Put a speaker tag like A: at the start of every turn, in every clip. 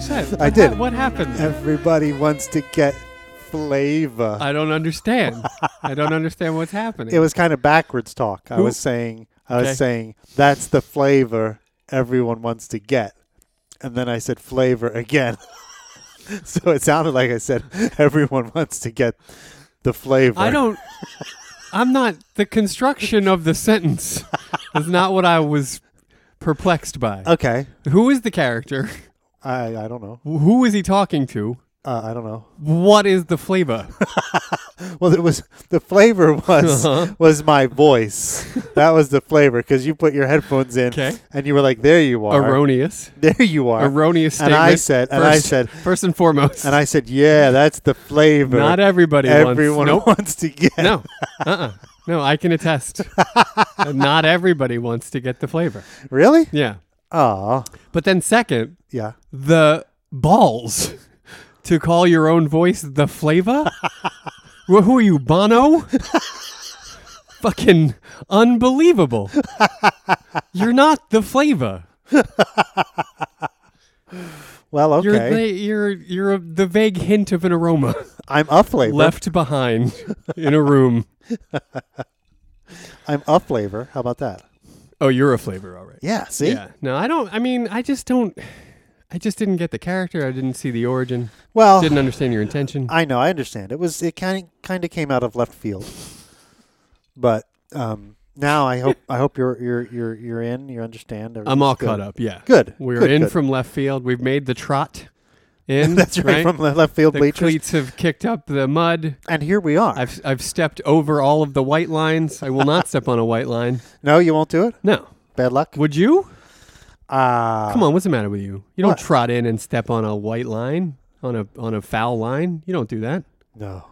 A: said.
B: I
A: What
B: did.
A: ha- What happened?
B: Everybody wants to get flavor.
A: I don't understand. I don't understand what's happening.
B: it was kind of backwards talk. I
A: Who-
B: was saying, I
A: Okay.
B: was saying that's the flavor everyone wants to get, and then I said flavor again. so it sounded like I said everyone wants to get the flavor.
A: I don't. I'm not. The construction of the sentence is not what I was perplexed by.
B: Okay.
A: Who is the character?
B: I I don't know.
A: Who is he talking to?
B: Uh, I don't know.
A: What is the flavor?
B: Well, it was the flavor was
A: Uh-huh.
B: was my voice. that was the flavor because you put your headphones in
A: Okay.
B: and you were like, "There you are,
A: Erroneous.
B: there you are,"
A: Erroneous
B: And
A: statement.
B: I said- and I
A: first-
B: said-
A: First and foremost.
B: and I said, "Yeah, that's the flavor."
A: Not everybody
B: everyone
A: wants.
B: wants to get.
A: Nope. No. Uh-uh. No, I can attest. not everybody wants to get the flavor.
B: Really?
A: Yeah.
B: Oh,
A: But then second,
B: yeah.
A: the balls to call your own voice the flavor? Wh- Who are you, Bono? Fucking unbelievable. You're not the flavor.
B: Well,
A: You're
B: okay.
A: the, you're you're a, the vague hint of an aroma
B: I'm a flavor.
A: left behind in a room.
B: I'm a flavor. How about that?
A: Oh, you're a flavor, all right.
B: Yeah. See,
A: Yeah. No, I don't. I mean, I just don't. I just didn't get the character. I didn't see the origin.
B: well,
A: Didn't understand your intention.
B: I know. I understand. It was. It kind kind of came out of left field. But um, now I hope I hope you're you're you're you're in. You understand.
A: I'm all
B: Everything's
A: caught
B: good.
A: up. Yeah.
B: Good.
A: We're
B: Good,
A: in
B: good.
A: from left field. We've made the trot in.
B: That's right, from the left field
A: the
B: bleachers.
A: cleats have kicked up the mud.
B: And here we are.
A: I've I've stepped over all of the white lines. I will not step on a white line.
B: no, you won't do it.
A: No.
B: Bad luck.
A: Would you?
B: Ah,
A: Come on, what's the matter with you? You don't
B: What?
A: trot in and step on a white line, on a on a foul line. You don't do that.
B: No,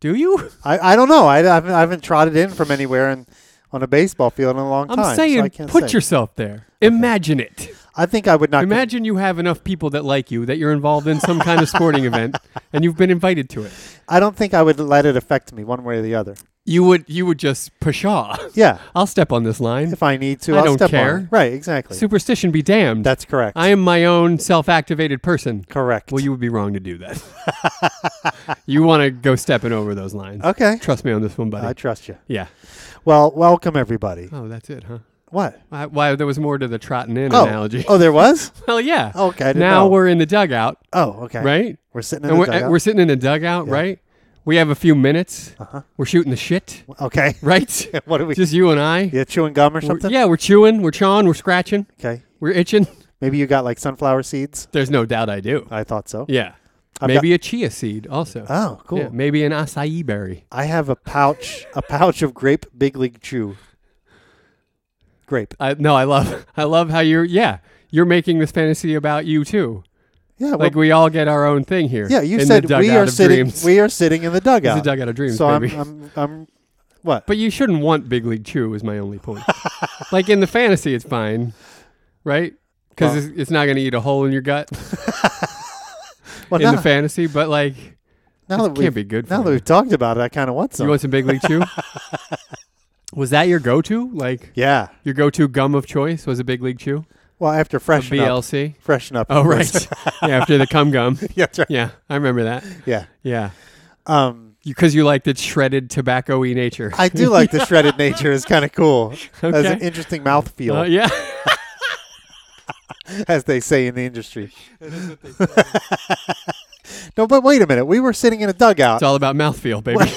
A: Do you?
B: I, I don't know. I, I haven't, I haven't trotted in from anywhere and on a baseball field in a long
A: I'm
B: time. so I
A: saying
B: can't
A: put
B: say.
A: yourself there. Imagine it.
B: I think I would not. con-
A: Imagine you have enough people that like you that you're involved in some kind of sporting event and you've been invited to it.
B: I don't think I would let it affect me one way or the other.
A: You would you would just pshaw.
B: Yeah,
A: I'll step on this line.
B: if I need to,
A: I
B: will
A: don't
B: step
A: care.
B: on. it. Right, exactly.
A: Superstition be damned.
B: That's correct.
A: I am my own self-activated person.
B: correct.
A: Well, you would be wrong to do that. you want to go stepping over those lines.
B: okay?
A: Trust me on this one, buddy.
B: I trust you.
A: yeah.
B: Well, welcome everybody.
A: Oh, that's it, huh?
B: What?
A: Why, why there was more to the trotting in
B: Oh,
A: analogy.
B: oh, there was. Oh,
A: Well, yeah.
B: Okay, I didn't
A: now
B: know.
A: we're in the dugout,
B: Oh, okay.
A: right?
B: We're sitting in
A: And
B: the
A: we're, eh,
B: dugout.
A: we're sitting in a dugout,
B: Yeah.
A: right? We have a few minutes.
B: Uh-huh.
A: We're shooting the shit,
B: okay.
A: right?
B: what are we?
A: Just you and I.
B: yeah, chewing gum or
A: We're-
B: something.
A: yeah, we're chewing, we're chawing, we're scratching,
B: Okay.
A: we're itching.
B: Maybe you got like sunflower seeds.
A: There's no doubt I do.
B: I thought so.
A: Yeah.
B: I've
A: maybe a chia seed also.
B: Oh, cool.
A: Yeah, maybe an acai berry.
B: I have a pouch, a pouch of grape Big League Chew. Grape.
A: I, no, I love I love how you're yeah, you're making this fantasy about you too.
B: Yeah. well,
A: Like we all get our own thing here.
B: yeah. You
A: in
B: said
A: the dugout
B: we are
A: of
B: sitting.
A: dreams.
B: We are sitting in the dugout.
A: It's a dugout of dreams,
B: so
A: baby.
B: I'm, I'm, I'm, what?
A: But you shouldn't want Big League Chew is my only point. like in the fantasy, it's fine, right? Because
B: Well-
A: it's, it's not going to eat a hole in your gut
B: Well,
A: in
B: now-
A: the fantasy. But like,
B: now that
A: it
B: we've,
A: can't be good. For
B: now that
A: you.
B: we've talked about it, I kind of want some.
A: you want some Big League Chew? was that your go-to? Like
B: yeah.
A: your go-to gum of choice was a Big League Chew,
B: Well, I have to freshen up.
A: BLC.
B: Freshen up.
A: Oh
B: of
A: right,
B: course.
A: yeah. After the cum gum,
B: yeah. That's right.
A: yeah, I remember that.
B: Yeah.
A: Yeah,
B: Um,
A: because you, liked its shredded tobacco-y nature.
B: I do like the shredded nature. It's kind of cool. That's an
A: Okay.
B: interesting mouth feel,
A: Uh, yeah,
B: as they say in the industry. no, but wait a minute. We were sitting in a dugout.
A: it's all about mouthfeel, baby.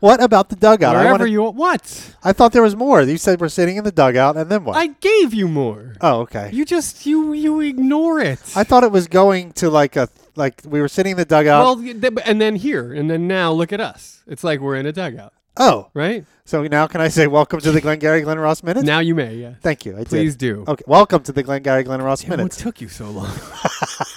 B: What about the dugout? I,
A: Wherever
B: wanna-
A: you what?
B: I thought there was more. You said we're sitting in the dugout, and then what?
A: I gave you more.
B: oh, okay.
A: You just you you ignore it.
B: I thought it was going to like a like we were sitting in the dugout.
A: well, th- th- and then here, and then now, look at us. It's like we're in a dugout,
B: oh,
A: right?
B: so now can I say welcome to the Glengarry Glen Ross minutes?
A: Now you may, yeah.
B: Thank you. I
A: Please
B: did.
A: do.
B: Okay, welcome to the Glengarry Glen Ross
A: Damn, what
B: minutes.
A: took you so long?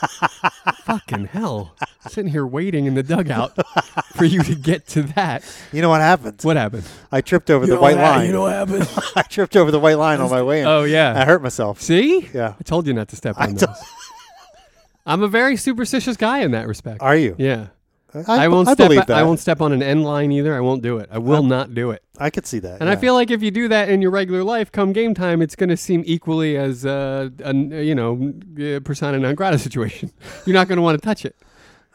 A: Fucking hell! Sitting here waiting in the dugout for you to get to that.
B: You know what happened?
A: What happened?
B: I tripped over the white line.
A: what happened?
B: I tripped over the white line on my way in.
A: oh
B: I
A: yeah.
B: hurt myself.
A: See?
B: Yeah.
A: I told you not to step
B: I
A: on
B: told-
A: those. I'm a very superstitious guy in that respect.
B: Are you?
A: yeah. I, won't
B: I
A: step.
B: believe that.
A: I won't step on an end line either. I won't do it. I will not do it.
B: I could see that.
A: And I
B: yeah.
A: feel like if you do that in your regular life, come game time, it's going to seem equally as uh, an, you know uh, persona non grata situation. You're not going to want to touch it.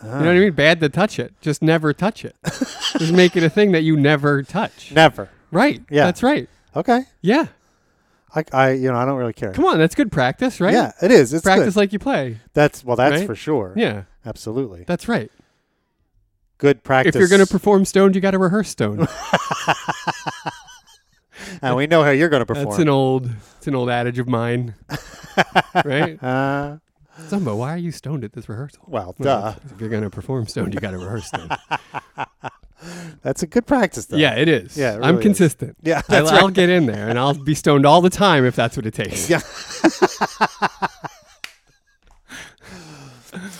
A: You
B: Ah.
A: know what I mean? Bad to touch it. Just never touch it. Just make it a thing that you never touch.
B: never.
A: Right.
B: Yeah.
A: That's right.
B: Okay.
A: Yeah.
B: I, I you know I don't really care.
A: Come on. That's good practice, right?
B: Yeah, it is. It's
A: Practice
B: good.
A: like you play.
B: That's well, that's
A: right?
B: for sure.
A: Yeah.
B: absolutely.
A: That's right.
B: Good practice.
A: If you're going to perform stoned, you got to rehearse stoned.
B: and we know how you're going to perform.
A: That's an old, it's an old adage of mine. right?
B: uh,
A: Zumba, why are you stoned at this rehearsal?
B: well, duh.
A: Well, If you're going to perform stoned, you got to rehearse stoned.
B: That's a good practice, though.
A: yeah, it is.
B: Yeah, it
A: I'm
B: really is.
A: consistent.
B: yeah.
A: I,
B: That's
A: I'll get in there and I'll be stoned all the time if that's what it takes.
B: Yeah.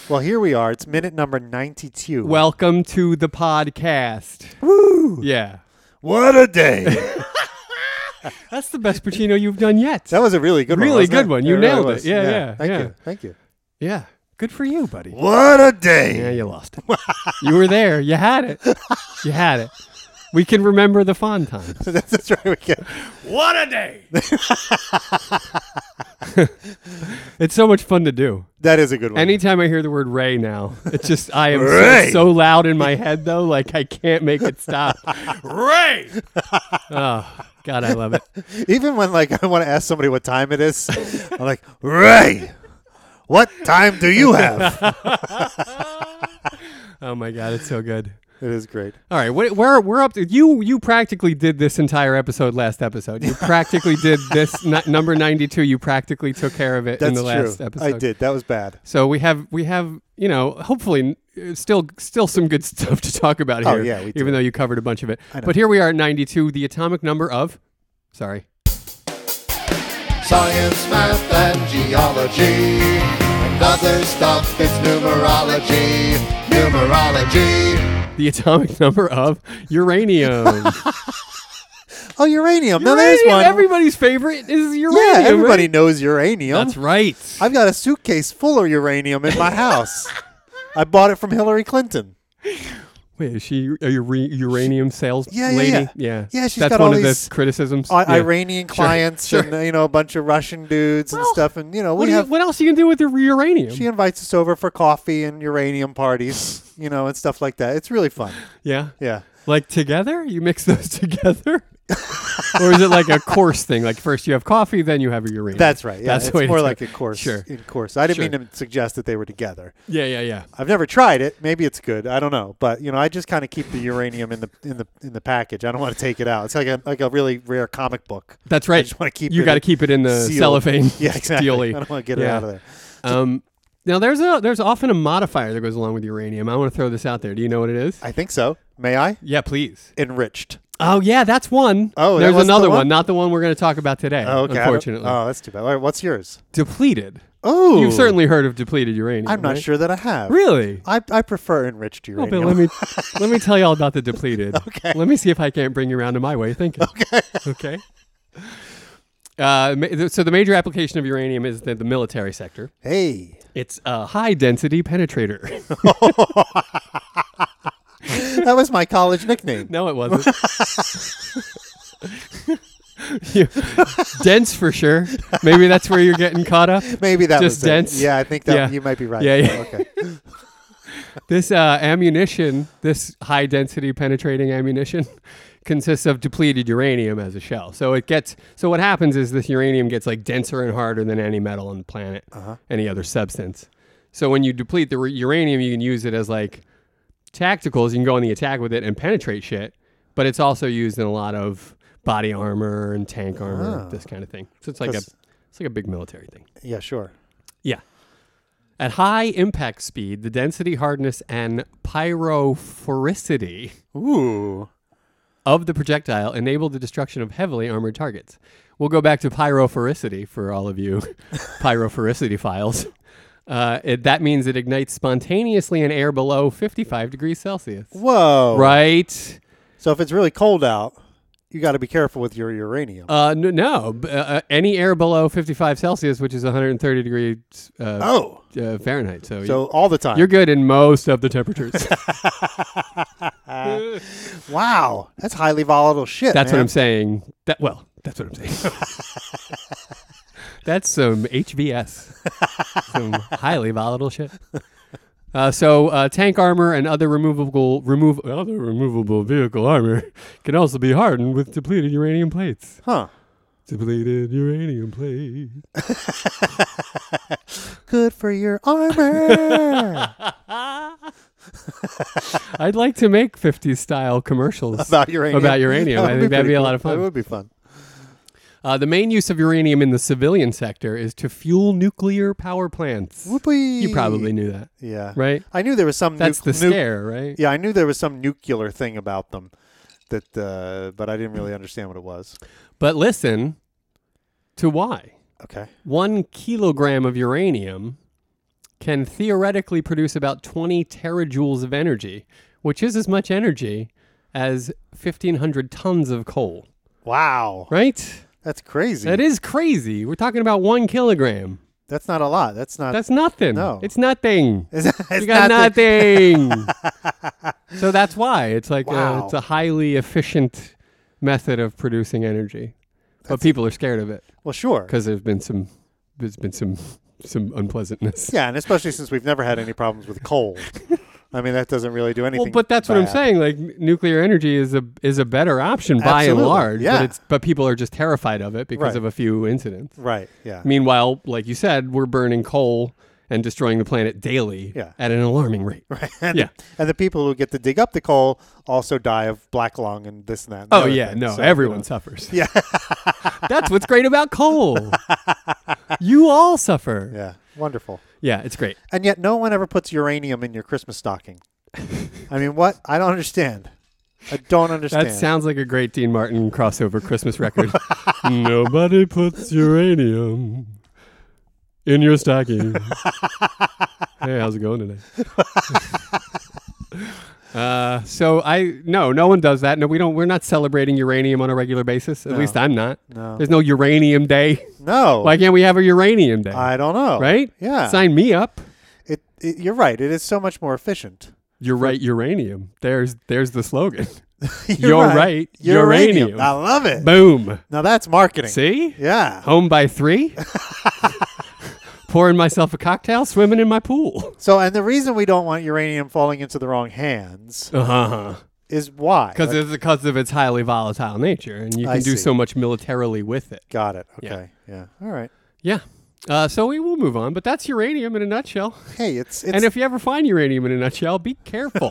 B: Well, here we are. It's minute number ninety-two.
A: Welcome to the podcast.
B: Woo!
A: Yeah.
B: What a day!
A: That's the best Pacino you've done yet.
B: that was a really good
A: Really
B: one. wasn't
A: good
B: it?
A: one. You
B: It really
A: nailed it.
B: was.
A: Yeah, yeah,
B: Thank
A: yeah.
B: you. Thank you.
A: Yeah. Good for you, buddy.
B: What a
A: Yeah,
B: day!
A: you lost it. you were there. You had it. You had it. We can remember the fond times.
B: That's right. We can.
A: What a day! it's so much fun to do.
B: That is a good one.
A: Anytime I hear the word Ray now, it's just, I am so-
B: Ray.
A: so, loud in my head, though, like I can't make it stop. Ray! Oh, God, I love it.
B: Even when like I want to ask somebody what time it is, I'm like, Ray, what time do you have?
A: Oh, my God, it's so good.
B: it is great.
A: All right, wh- we're we're up to you. You practically did this entire episode last episode. You practically did this n- number ninety two. You practically took care of it
B: That's
A: in the last
B: true.
A: episode.
B: I did. That was bad.
A: So we have we have you know hopefully uh, still still some good stuff to talk about
B: Oh,
A: here.
B: yeah, we do.
A: even though you covered a bunch of it.
B: I know.
A: But here we are at ninety two. The atomic number of sorry.
C: science, math, and geology, and other stuff is numerology, numerology.
A: The atomic number of uranium.
B: Oh, uranium. No, there's
A: Uranium,
B: one.
A: Everybody's favorite is uranium.
B: yeah,
A: right?
B: everybody knows uranium.
A: That's right.
B: I've got a suitcase full of uranium in my house. I bought it from Hillary Clinton.
A: Wait, is she a ure- uranium sales
B: Yeah, yeah,
A: lady?
B: yeah.
A: Yeah,
B: Yeah, she's
A: That's
B: got
A: one
B: all
A: of
B: these-
A: the criticisms.
B: I-
A: Yeah.
B: Iranian clients
A: sure.
B: and uh, you know a bunch of Russian dudes and
A: Well,
B: stuff. And you know
A: What,
B: we
A: do you-
B: have.
A: what else you can do with your uranium?
B: she invites us over for coffee and uranium parties, you know, and stuff like that. It's really fun.
A: yeah,
B: Yeah.
A: like together, you mix those together, or is it like a course thing? Like first you have coffee, then you have your uranium.
B: That's right. Yeah,
A: That's
B: it's
A: the way to
B: more
A: do
B: like
A: it.
B: a course.
A: Sure.
B: In course. I didn't
A: Sure.
B: mean to suggest that they were together.
A: Yeah, yeah, yeah.
B: I've never tried it. Maybe it's good. I don't know. But you know, I just kind of keep the uranium in the in the in the package. I don't want to take it out. It's like a like a really rare comic book.
A: That's right.
B: just wanna keep
A: You
B: it
A: got to keep it in the
B: sealed.
A: cellophane.
B: Yeah, exactly.
A: Steely.
B: I don't want to get it
A: Yeah.
B: out of there.
A: Um, now there's a there's often a modifier that goes along with uranium. I want to throw this out there. Do you know what it is?
B: I think so. May I?
A: yeah, please.
B: Enriched.
A: Oh yeah, that's one.
B: Oh, that
A: there's
B: was the
A: another
B: one?
A: one, not the one we're going to talk about today.
B: Oh, okay. I don't-
A: unfortunately,
B: Oh, that's too bad. All right, what's yours?
A: depleted.
B: Oh,
A: You've certainly heard of depleted uranium.
B: I'm not
A: right?
B: sure that I have.
A: Really?
B: I, I prefer enriched
A: Oh,
B: uranium.
A: but let me let me tell you all about the depleted. Okay. Let me see if I can't bring you around to my way of thinking. Okay. Okay. Uh, ma- th- so the major application of uranium is the, the military sector.
B: hey,
A: It's a high density penetrator.
B: that was my college nickname.
A: no, it wasn't. You- dense for sure. Maybe that's where you're getting caught up.
B: Maybe that
A: Just
B: was it.
A: dense?
B: Yeah, I think that
A: Yeah.
B: you might be right.
A: Yeah, yeah.
B: Okay.
A: This uh, ammunition, this high density penetrating ammunition, consists of depleted uranium as a shell. So it gets. So what happens is this uranium gets like denser and harder than any metal on the planet, any other substance. So when you deplete the re- uranium, you can use it as like tacticals. You can go on the attack with it and penetrate shit. But it's also used in a lot of body armor and tank armor, this kind of thing. So it's like a
B: That's-
A: it's like a big military thing.
B: Yeah, sure.
A: Yeah. At high impact speed, the density, hardness, and pyrophoricity
B: Ooh.
A: of the projectile enable the destruction of heavily armored targets. We'll go back to pyrophoricity for all of you pyrophoricity files. Uh, it, that means it ignites spontaneously in air below 55 degrees Celsius.
B: Whoa.
A: Right?
B: So if it's really cold out, you got to be careful with your uranium.
A: Uh, n- no, b- uh, uh, any air below 55 Celsius, which is 130 degrees uh,
B: oh,
A: uh, Fahrenheit. So,
B: so all the time.
A: you're good in most of the temperatures. That's
B: wow, that's highly volatile shit.
A: what
B: man.
A: I'm saying. That well, that's what I'm saying. that's some HVS, some highly volatile shit. Uh, so uh, tank armor and other removable remove other removable vehicle armor can also be hardened with depleted uranium plates.
B: Huh.
A: Depleted uranium plates.
B: Good for your armor.
A: I'd like to make 50s style commercials.
B: about uranium.
A: About uranium. I think that'd be a lot of fun.
B: It would be fun.
A: Uh, the main use of uranium in the civilian sector is to fuel nuclear power plants.
B: Whoopee.
A: You probably knew that,
B: Yeah.
A: right?
B: I knew there was some.
A: That's
B: nuc-
A: the
B: nuc-
A: scare, right?
B: Yeah, I knew there was some nuclear thing about them, that, uh, but I didn't really understand what it was.
A: But listen to why.
B: Okay.
A: One kilogram of uranium can theoretically produce about 20 terajoules of energy, which is as much energy as 1,500 tons of coal,
B: Wow.
A: right?
B: That's crazy.
A: That is crazy. We're talking about one kilogram.
B: That's not a lot. That's not.
A: That's nothing.
B: Uh, No.
A: It's nothing.
B: it's, it's
A: you got
B: not that-
A: nothing. so that's why it's like uh
B: Wow.
A: it's a highly efficient method of producing energy, but people are scared of it
B: well, sure.
A: because there's been some there's been some some unpleasantness.
B: Yeah, and especially since we've never had any problems with coal. I mean, that doesn't really do anything.
A: Well, but that's what I'm
B: bad.
A: saying. Like n- nuclear energy is a is a better option by and
B: Absolutely.
A: large. But
B: Yeah.
A: it's but people are just terrified of it because
B: Right.
A: of a few incidents.
B: Right. Yeah.
A: Meanwhile, like you said, we're burning coal and destroying the planet daily
B: Yeah.
A: at an alarming rate. Right.
B: and,
A: yeah.
B: and the people who get to dig up the coal also die of black lung and this and that. and the
A: Oh
B: other
A: yeah,
B: thing.
A: no,
B: So, you
A: everyone
B: know.
A: suffers.
B: Yeah.
A: That's what's great about coal. you all suffer. Yeah.
B: Yeah. Wonderful.
A: it's great.
B: And yet, no one ever puts uranium in your Christmas stocking. I mean, what? I don't understand. I don't
A: That
B: understand.
A: sounds like a great Dean Martin crossover Christmas record. Nobody puts uranium in your stocking. hey, how's it going today? uh, so I no, no one does that. No, we don't. We're not celebrating uranium on a regular basis. At least I'm not.
B: No.
A: There's no uranium day.
B: no.
A: Why can't we have a uranium day?
B: I don't know.
A: right?
B: Oh, Yeah.
A: Sign me up.
B: It, it, you're right. It is so much more efficient.
A: You're right, uranium. There's there's the slogan.
B: You're,
A: right.
B: Uranium.
A: Uranium.
B: I love it.
A: Boom.
B: now that's marketing.
A: See? Oh.
B: Yeah.
A: Home by three. Pouring myself a cocktail, swimming in my pool.
B: So, and the reason we don't want uranium falling into the wrong hands
A: Uh-huh.
B: is why?
A: Because
B: Like-
A: it's because of its highly volatile nature, and you
B: I
A: can do
B: see.
A: so much militarily with it.
B: got it.
A: Yeah.
B: Okay. Yeah. All right.
A: Yeah. Uh, so we will move on, but that's uranium in a nutshell.
B: Hey, it's it's
A: and if you ever find uranium in a nutshell, be careful.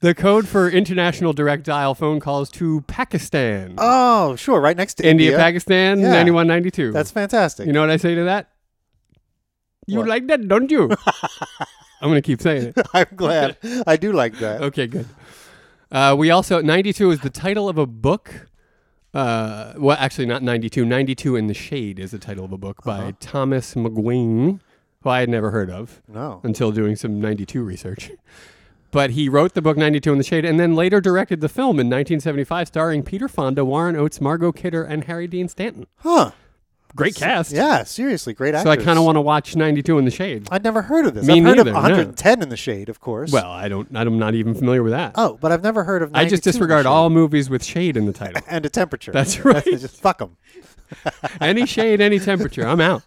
A: the code for international direct dial phone calls to Pakistan,
B: oh sure, right next to
A: India,
B: India.
A: Pakistan,
B: Yeah.
A: 9192.
B: That's fantastic.
A: you know what I say to that? You
B: What?
A: like that, don't you? I'm going to keep saying it.
B: I'm glad. I do like that.
A: Okay, good. Uh, we also 92 is the title of a book. Uh, well, actually, not 92. 92 in the Shade is the title of a book
B: Uh-huh.
A: by Thomas McGuane, who I had never heard of
B: No.
A: until doing some 92 research. But he wrote the book 92 in the Shade and then later directed the film in 1975, starring Peter Fonda, Warren Oates, Margot Kidder, and Harry Dean Stanton.
B: Huh.
A: Great cast.
B: Yeah. Seriously, great
A: So
B: actors.
A: I kind of want to watch 92 in the Shade.
B: I'd never heard of this.
A: Me
B: I've heard
A: neither,
B: of
A: no.
B: 110 in the shade, of course.
A: Well, I don't. I'm not even familiar with that.
B: Oh, but I've never heard of.
A: I just
B: 92 in the
A: disregard
B: shade.
A: all movies with shade in the title.
B: and a temperature.
A: That's right.
B: They just fuck them.
A: any shade, any temperature, I'm out.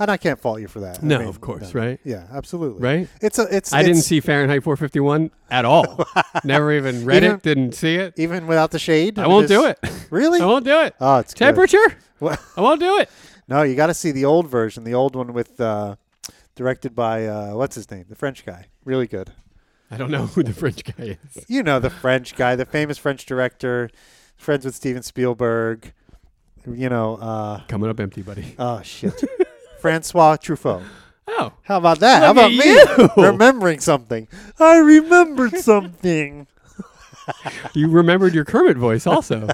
B: And I can't fault you for that. I
A: No,
B: mean,
A: of course,
B: no.
A: right?
B: Yeah, absolutely.
A: Right?
B: It's a. It's.
A: I didn't
B: it's-
A: see Fahrenheit 451 at all. Never even read
B: You
A: it, didn't see it.
B: even without the shade.
A: I won't do
B: is-
A: it.
B: Really?
A: I won't do it.
B: Oh, it's good.
A: temperature?
B: Well,
A: I won't do it.
B: no, you got to see the old version, the old one with uh, directed by uh, what's his name, the French guy. Really good.
A: I don't know who the French guy is.
B: You know the French guy, the famous French director, friends with Steven Spielberg. You know, uh,
A: Coming up empty, buddy.
B: oh shit, Francois Truffaut.
A: Oh,
B: How about that? How
A: Look
B: about
A: at
B: me
A: you.
B: remembering something? I remembered something.
A: you remembered your Kermit voice also.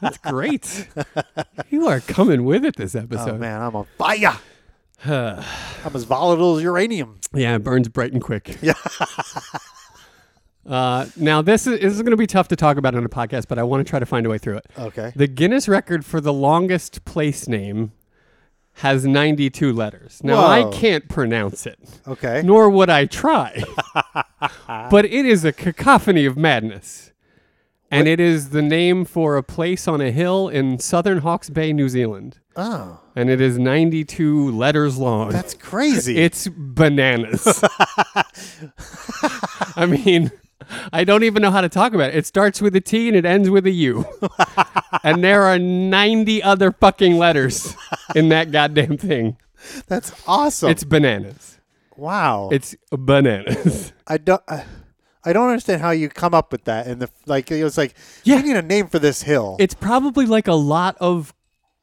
A: That's great. You are coming with it this
B: Oh
A: episode.
B: man, I'm on fire. I'm as volatile as uranium.
A: Yeah, it burns bright and quick. Yeah. uh, now this is, this is going to be tough to talk about on a podcast, but I want to try to find a way through it.
B: Okay.
A: The Guinness record for the longest place name has 92 letters. Now
B: Whoa.
A: I can't pronounce it,
B: Okay.
A: nor would I try. but it is a cacophony of madness. And it is the name for a place on a hill in southern Hawke's Bay, New Zealand.
B: Oh,
A: And it is 92 letters long.
B: that's crazy.
A: It's bananas. I mean, I don't even know how to talk about it. It starts with a T and it ends with a U. and there are 90 other fucking letters in that goddamn thing.
B: that's awesome.
A: It's bananas.
B: wow.
A: It's bananas.
B: I don't. I, I don't understand how you come up with that. And the like, it was like,
A: Yeah.
B: we need a name for this hill.
A: It's probably like a lot of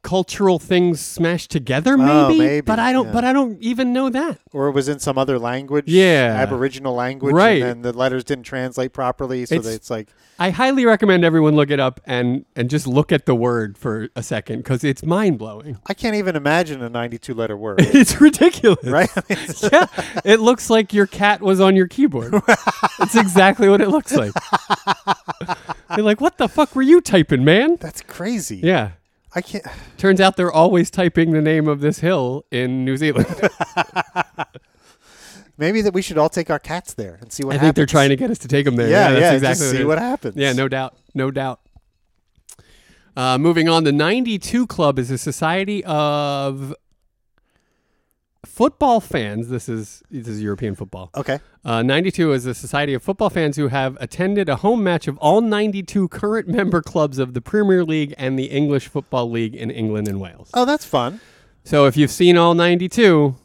A: cultural things smashed together maybe,
B: Oh, maybe,
A: but I don't
B: yeah.
A: but I don't even know that.
B: or it was in some other language.
A: Yeah.
B: Aboriginal language.
A: Right.
B: And then the letters didn't translate properly, so
A: It's-
B: that it's like,
A: I highly recommend everyone look it up and and just look at the word for a second cuz it's mind-blowing.
B: I can't even imagine a 92 letter word.
A: It's ridiculous.
B: Right? I mean, it's-
A: yeah, it looks like your cat was on your keyboard. That's exactly what it looks like. You're like, what the fuck were you typing, man?
B: that's crazy.
A: Yeah.
B: I can't.
A: Turns out they're always typing the name of this hill in New Zealand.
B: Maybe that we should all take our cats there and see
A: I
B: what happens.
A: think they're trying to get us to take them there.
B: Yeah,
A: that's
B: yeah,
A: exactly
B: just see
A: it is.
B: what happens.
A: Yeah, no doubt. No doubt. Uh, moving on, the 92 Club is a society of football fans. This is this is European football.
B: Okay.
A: Uh, 92 is a society of football fans who have attended a home match of all 92 current member clubs of the Premier League and the English Football League in England and Wales.
B: Oh, that's fun.
A: So if you've seen all 92,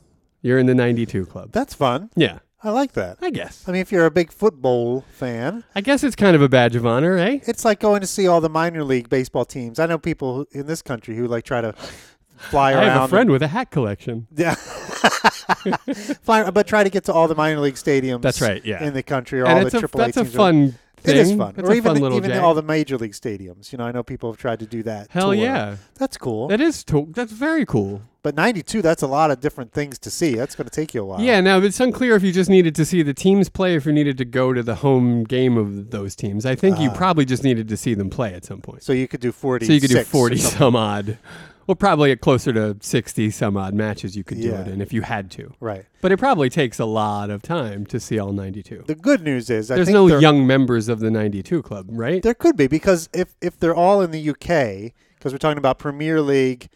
A: you're in the 92 club.
B: That's fun.
A: Yeah,
B: I like that.
A: I guess.
B: I mean, if you're a big football fan,
A: I guess it's kind of a badge of honor, eh?
B: it's like going to see all the minor league baseball teams. I know people who, in this country who like try to fly
A: I
B: around.
A: have a friend with a hat collection.
B: Yeah. fly, but try to get to all the minor league stadiums.
A: That's right, yeah.
B: In the country, or
A: and
B: all
A: it's
B: the
A: a,
B: AAA
A: that's a
B: teams.
A: fun thing.
B: It is fun.
A: That's
B: or
A: a
B: even
A: fun
B: the-
A: little
B: even
A: jag.
B: all the major league stadiums. You know, I know people have tried to do that.
A: Hell
B: tour.
A: yeah.
B: That's cool.
A: That is to- that's very cool.
B: but 92, that's a lot of different things to see. That's going to take you a while.
A: Yeah, now it's unclear if you just needed to see the teams play, if you needed to go to the home game of those teams. I think you
B: Ah.
A: probably just needed to see them play at some point.
B: So you could do 40.
A: So you could do 40 some odd, well, probably closer to 60 some odd matches you could do
B: Yeah.
A: it in if you had to.
B: Right.
A: But it probably takes a lot of time to see all 92.
B: The good news is, I
A: There's
B: think
A: no
B: there,
A: young members of the 92 club, right?
B: there could be because if if they're all in the UK, because we're talking about Premier League,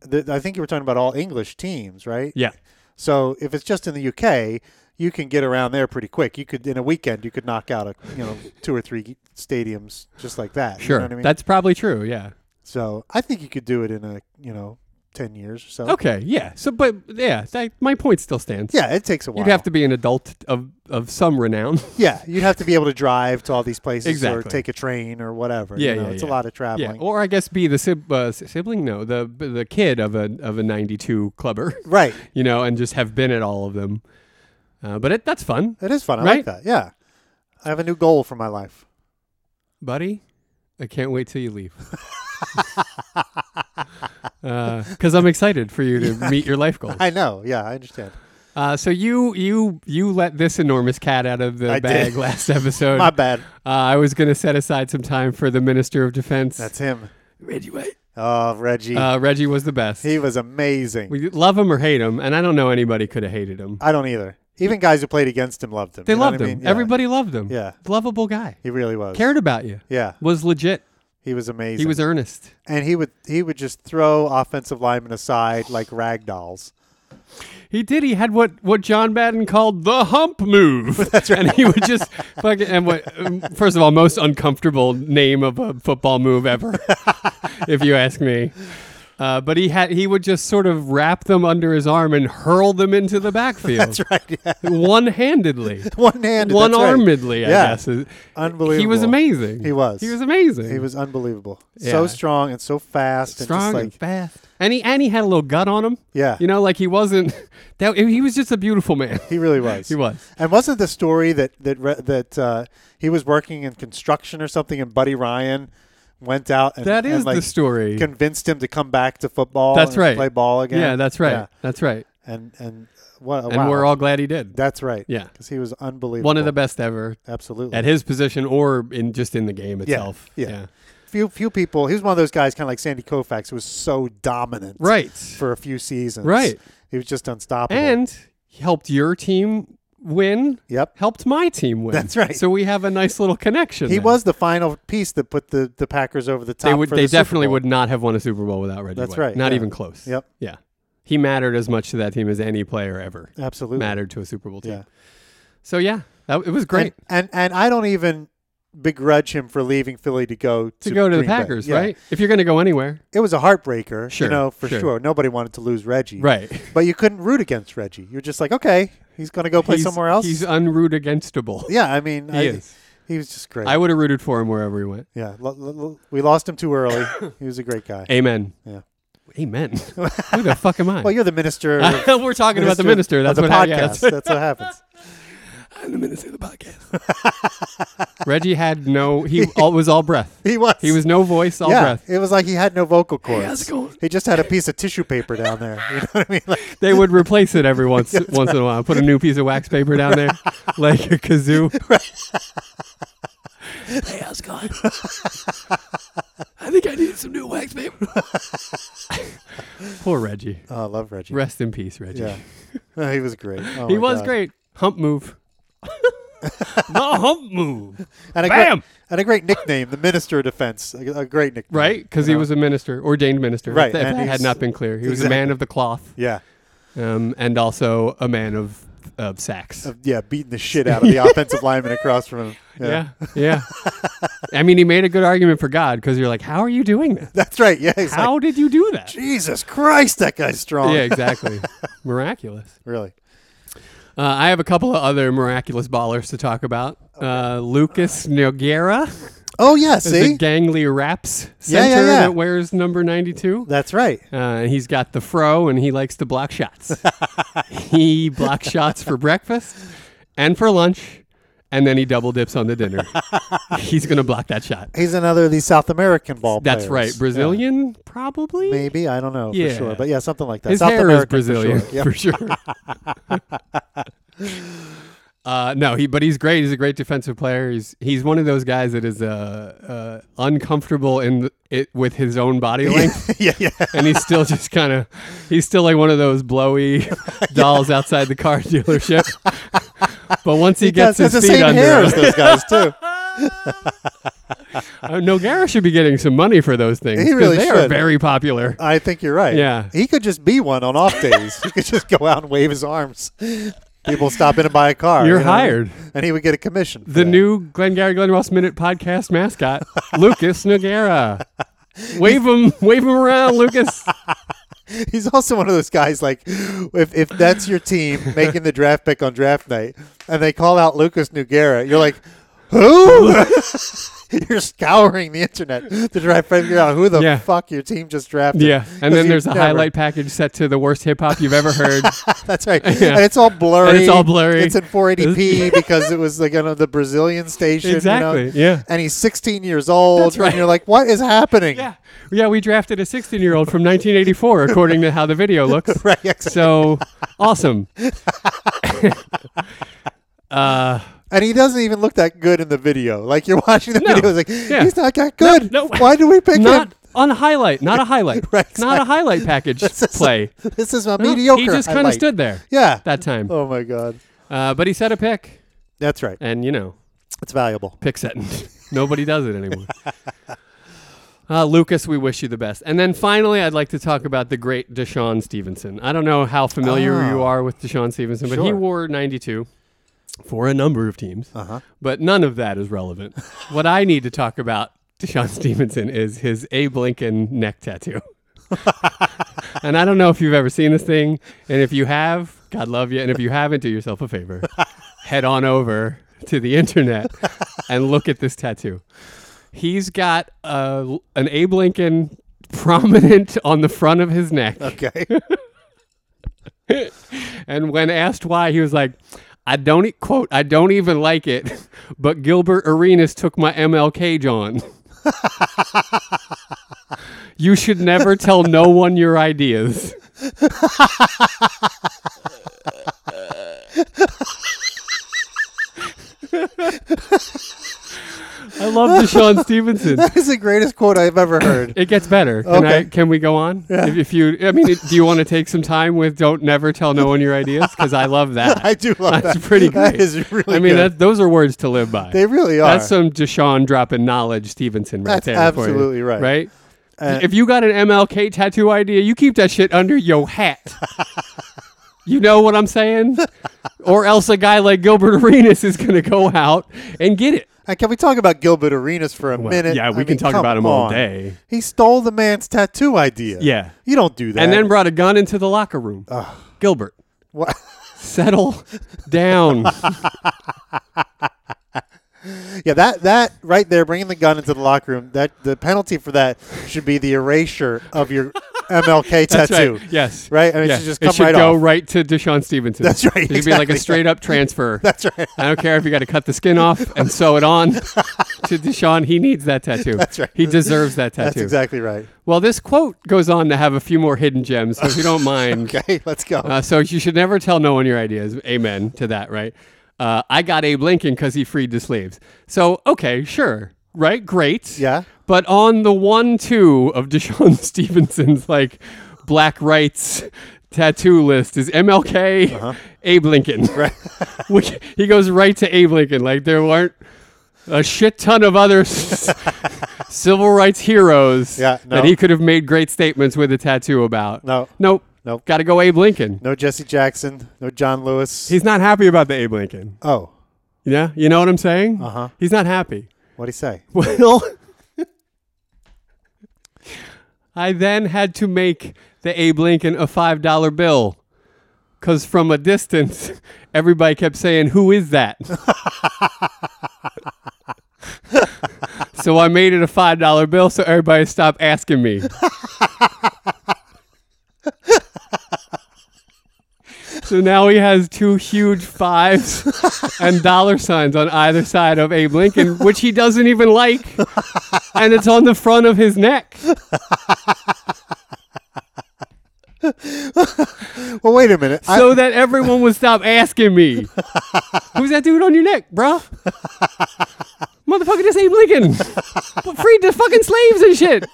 B: the, I think you were talking about all English teams, right?
A: Yeah.
B: So if it's just in the UK, you can get around there pretty quick. You could in a weekend, you could knock out a you know two or three stadiums just like that.
A: Sure.
B: You know what I mean?
A: That's probably true. Yeah.
B: so I think you could do it in a you know ten years or so.
A: Okay. Yeah. So, but yeah, that, my point still stands.
B: Yeah, it takes a while.
A: You'd have to be an adult of, of some renown.
B: Yeah, you'd have to be able to drive to all these places or
A: Exactly.
B: take a train or whatever.
A: Yeah,
B: you know,
A: yeah,
B: it's a
A: yeah.
B: lot of
A: yeah.
B: traveling.
A: Or I guess be the sib- uh, s- sibling, no, the the kid of a of a 92 clubber,
B: right.
A: you know, and just have been at all of them. Uh, but it, that's fun,
B: It is fun. I like
A: Right?
B: that. Yeah. I have a new goal for my life.
A: buddy. I can't wait till you leave. Because Uh, I'm excited for you to meet your life goals.
B: I know. Yeah, I understand.
A: Uh, so you you you let this enormous cat out of the
B: I did.
A: bag last episode.
B: My bad.
A: Uh, I was going to set aside some time for the Minister of Defense.
B: That's him.
A: Reggie White.
B: Oh, Reggie.
A: Uh, Reggie was the best.
B: he was amazing.
A: we love him or hate him, and I don't know anybody could have hated him.
B: I don't either. Even guys who played against him loved him.
A: They
B: You know what
A: loved
B: I
A: him.
B: mean? Yeah.
A: Everybody loved him.
B: Yeah.
A: Lovable guy.
B: He really was.
A: Cared about you.
B: Yeah.
A: Was legit.
B: He was amazing.
A: He was earnest.
B: and he would he would just throw offensive linemen aside like rag dolls.
A: He did. He had what what John Madden called the hump move. That's right. And he would just fucking and what um, first of all most uncomfortable name of a football move ever, if you ask me. Uh, but he had he would just sort of wrap them under his arm and hurl them into the backfield. That's
B: right. Yeah.
A: One handedly.
B: One handed.
A: One armedly, I
B: Yeah.
A: guess. is-
B: Unbelievable.
A: He was amazing.
B: He was.
A: He was amazing.
B: He was unbelievable.
A: Yeah.
B: So strong and so fast
A: strong
B: and
A: and
B: just like
A: fast. And he and he had a little gut on him.
B: Yeah.
A: You know, like he wasn't that he was just a beautiful man.
B: he really was.
A: He was.
B: And wasn't the story that that re- that uh, he was working in construction or something, and Buddy Ryan went out and
A: That is
B: and, like,
A: the story.
B: convinced him to come back to football.
A: That's
B: and
A: right.
B: Play ball again.
A: Yeah, that's right.
B: Yeah.
A: That's right.
B: and and what?
A: and we're all glad he did.
B: That's right.
A: Yeah.
B: because he was unbelievable.
A: One of the best ever
B: absolutely
A: at his position or in just in the game itself.
B: yeah. few few people. He was one of those guys, kind of like Sandy Koufax, who was so dominant,
A: Right.
B: for a few seasons,
A: Right.
B: He was just unstoppable.
A: and he helped your team win.
B: yep,
A: Helped my team win.
B: That's right.
A: So we have a nice little connection.
B: he
A: there.
B: was the final piece that put the the Packers over the top.
A: They would.
B: for
A: They
B: the Super
A: definitely
B: Bowl.
A: would not have won a Super Bowl without Reggie.
B: That's
A: White.
B: right,
A: Not
B: yeah.
A: even close.
B: Yep.
A: Yeah. He mattered as much to that team as any player ever
B: Absolutely.
A: mattered to a Super Bowl team.
B: Yeah.
A: So yeah, that, it was great
B: And, and and I don't even begrudge him for leaving Philly to go to,
A: to go to the
B: Green Bay.
A: Packers,
B: Yeah.
A: right? If you're going to go anywhere,
B: It was a heartbreaker,
A: Sure,
B: you know, for
A: sure.
B: sure. Nobody wanted to lose Reggie,
A: right?
B: But you couldn't root against Reggie. You're just like, okay, he's going to go play
A: He's-
B: somewhere else.
A: He's unroot againstable.
B: yeah, I mean,
A: He
B: I,
A: is.
B: he was just great.
A: I would have rooted for him wherever he went.
B: Yeah, lo- lo- lo- we lost him too early. he was a great guy.
A: Amen.
B: Yeah.
A: Amen. Who the fuck am I?
B: Well, you're the minister. Of,
A: We're talking about the minister.
B: of
A: That's
B: the
A: what
B: podcast.
A: happened. Yeah, that's what-
B: that's what happens.
A: I'm the minister of the podcast. Reggie had no. He all, was all breath.
B: He was.
A: He was no voice, all
B: yeah,
A: breath.
B: it was like he had no vocal cords.
A: how's it going?
B: He just had a piece of tissue paper down there. You know what I mean? Like,
A: They would replace it every once once in a while. Put a new piece of wax paper down there, like a kazoo. hey, how's it going? I think I need some new wax paper. Poor Reggie.
B: oh, I love Reggie.
A: Rest in peace, Reggie.
B: yeah, Oh, he was great. Oh,
A: he
B: my
A: was
B: God.
A: great. Hump move. the hump move.
B: And a
A: Bam!
B: great and a great nickname, the minister of defense. A, a great nickname,
A: Right? Because
B: you
A: he
B: know?
A: was a minister, ordained minister.
B: Right,
A: If, if
B: and
A: that had
B: he's-
A: not been clear, he was a man of the cloth
B: Yeah,
A: um, and also a man of, of sacks.
B: Uh, yeah, beating the shit out of the offensive lineman across from him.
A: yeah. Yeah. I mean, he made a good argument for God because you're like, how are you doing that?
B: that's right. Yeah, he's
A: How
B: like,
A: did you do that?
B: Jesus Christ, that guy's strong.
A: Yeah, exactly. Miraculous.
B: really.
A: Uh, I have a couple of other miraculous ballers to talk about. Uh, Lucas Noguera
B: Oh yeah,
A: is a
B: see,
A: gangly raps
B: Yeah, yeah,
A: center
B: yeah.
A: that wears number 92.
B: that's right.
A: Uh, he's got the fro and he likes to block shots. he blocks shots for breakfast and for lunch, and then he double dips on the dinner. he's going to block that shot.
B: He's another of these South American ball
A: That's
B: players.
A: right. Brazilian, probably?
B: Yeah. Maybe I don't know
A: Yeah.
B: for sure, but yeah, something like that.
A: His
B: South
A: hair
B: American
A: is Brazilian,
B: For sure. Yep.
A: for sure. Uh, no, he but he's great. He's a great defensive player. He's he's one of those guys that is uh, uh, uncomfortable in the, it with his own body length.
B: yeah, yeah,
A: and he's still just kind of he's still like one of those blowy dolls outside the car dealership but once he,
B: does-
A: gets his
B: has the
A: feet
B: same
A: under
B: hair
A: him
B: as those guys too.
A: uh, noguera should be getting some money for those things
B: He
A: 'cause
B: really
A: they are
B: should.
A: very popular
B: I think you're right.
A: Yeah.
B: he could just be one on off days. he could just go out and wave his arms. People stop in and buy a car.
A: You're
B: you know?
A: hired.
B: and he would get a commission. for
A: the
B: that.
A: new glengarry glen ross minute podcast mascot lucas noguera wave him wave him around lucas
B: He's also one of those guys. Like, if if that's your team making the draft pick on draft night, and they call out Lucas Noguera, you're like, who? you're scouring the internet to try to figure out who the
A: Yeah.
B: fuck your team just drafted.
A: yeah and
B: 'Cause
A: then
B: you
A: there's a
B: never-
A: highlight package set to the worst hip-hop you've ever heard
B: That's right.
A: Yeah.
B: And it's all blurry.
A: And it's all blurry.
B: It's in 480p because it was like on the Brazilian station. you know?
A: exactly yeah
B: And he's 16 years old.
A: That's right.
B: And you're like, what is happening?
A: Yeah, yeah, we drafted a 16 year old from 1984, according to how the video looks.
B: Right. Exactly.
A: So awesome. uh,
B: And he doesn't even look that good in the video. Like you're watching the
A: No.
B: video, it's like
A: Yeah.
B: he's not that good.
A: no.
B: Why do we pick him?
A: not on a highlight, not a highlight,
B: Right,
A: not a highlight package play.
B: This is a
A: No,
B: mediocre.
A: he just kind of
B: highlight.
A: stood there
B: Yeah.
A: that time.
B: Oh my god.
A: Uh, but he set a pick,
B: That's right.
A: and you know,
B: It's valuable.
A: pick setting. Nobody does it anymore. Uh, Lucas, we wish you the best. And then finally, I'd like to talk about the great Deshaun Stevenson. I don't know how familiar
B: Ah.
A: you are with Deshaun Stevenson, but he
B: Sure.
A: wore 92 for a number of teams,
B: Uh huh.
A: but none of that is relevant. what I need to talk about Deshaun Stevenson is his Abe Lincoln neck tattoo. and I don't know if you've ever seen this thing. And if you have, God love you. And if you haven't, do yourself a favor head on over to the internet and look at this tattoo. He's got uh, an Abe Lincoln prominent on the front of his neck.
B: Okay.
A: And when asked why, he was like, I don't, e- quote, I don't even like it, but Gilbert Arenas took my MLK John. you should never tell no one your ideas. love Deshaun Stevenson.
B: That is the greatest quote I've ever heard.
A: It gets better. Can
B: Okay.
A: I? Can we go on? If, if you, I mean, it, do you want to take some time with "Don't never tell no one your ideas"? Because I love that.
B: I do love
A: That's
B: that.
A: pretty
B: That
A: great.
B: is really
A: I mean,
B: good.
A: that, those are words to live by.
B: They really are.
A: That's some Deshaun dropping knowledge Stevenson right
B: That's
A: there. for you,
B: absolutely right.
A: Right.
B: Uh,
A: if you got an MLK tattoo idea, you keep that shit under your hat. you know what I'm saying? or else a guy like Gilbert Arenas is going to go out and get it.
B: Uh, Can we talk about Gilbert Arenas for a minute?
A: yeah,
B: I
A: we
B: mean,
A: can talk
B: come
A: about him all
B: on.
A: day.
B: He stole the man's tattoo idea.
A: Yeah.
B: You don't do that.
A: And then brought a gun into the locker room. Gilbert,
B: Wha-
A: settle down.
B: yeah, that that right there, bringing the gun into the locker room. That the penalty for that should be the erasure of your MLK
A: That's
B: tattoo.
A: right. Yes.
B: Right? I mean, it
A: Yeah.
B: should just come
A: it should
B: right
A: go
B: off.
A: right to Deshaun Stevenson.
B: That's right,
A: It should be like a
B: exactly.
A: straight up transfer.
B: That's right.
A: I don't care if you got to cut the skin off and sew it on to Deshaun. He needs that tattoo. That's
B: right.
A: He deserves that tattoo.
B: That's exactly right.
A: Well, this quote goes on to have a few more hidden gems, so if you don't mind.
B: Okay, let's go.
A: uh, so you should never tell no one your ideas. Amen to that, right? Uh, I got Abe Lincoln because he freed the slaves. So, okay, sure. Right? Great.
B: Yeah.
A: But on the one two of Deshaun Stevenson's like black rights tattoo list is MLK
B: Uh-huh.
A: Abe Lincoln. Right. Which he goes right to Abe Lincoln. Like there weren't a shit ton of other s- civil rights heroes
B: Yeah, no.
A: that he could have made great statements with a tattoo about.
B: No.
A: Nope.
B: Nope.
A: Got to go Abe Lincoln.
B: no Jesse Jackson. No John Lewis.
A: He's not happy about the Abe Lincoln.
B: oh,
A: Yeah. You know what I'm saying?
B: Uh-huh.
A: He's not happy.
B: what'd he say?
A: Well, I then had to make the Abe Lincoln a $5 bill because from a distance, everybody kept saying, Who is that? so I made it a $5 bill so everybody stopped asking me. So now he has two huge fives and dollar signs on either side of Abe Lincoln, which he doesn't even like. And it's on the front of his neck.
B: Well, wait a minute. I-
A: so that everyone would stop asking me, "Who's that dude on your neck, bruh? Motherfucker, this Abe Lincoln. Freed the fucking slaves and shit.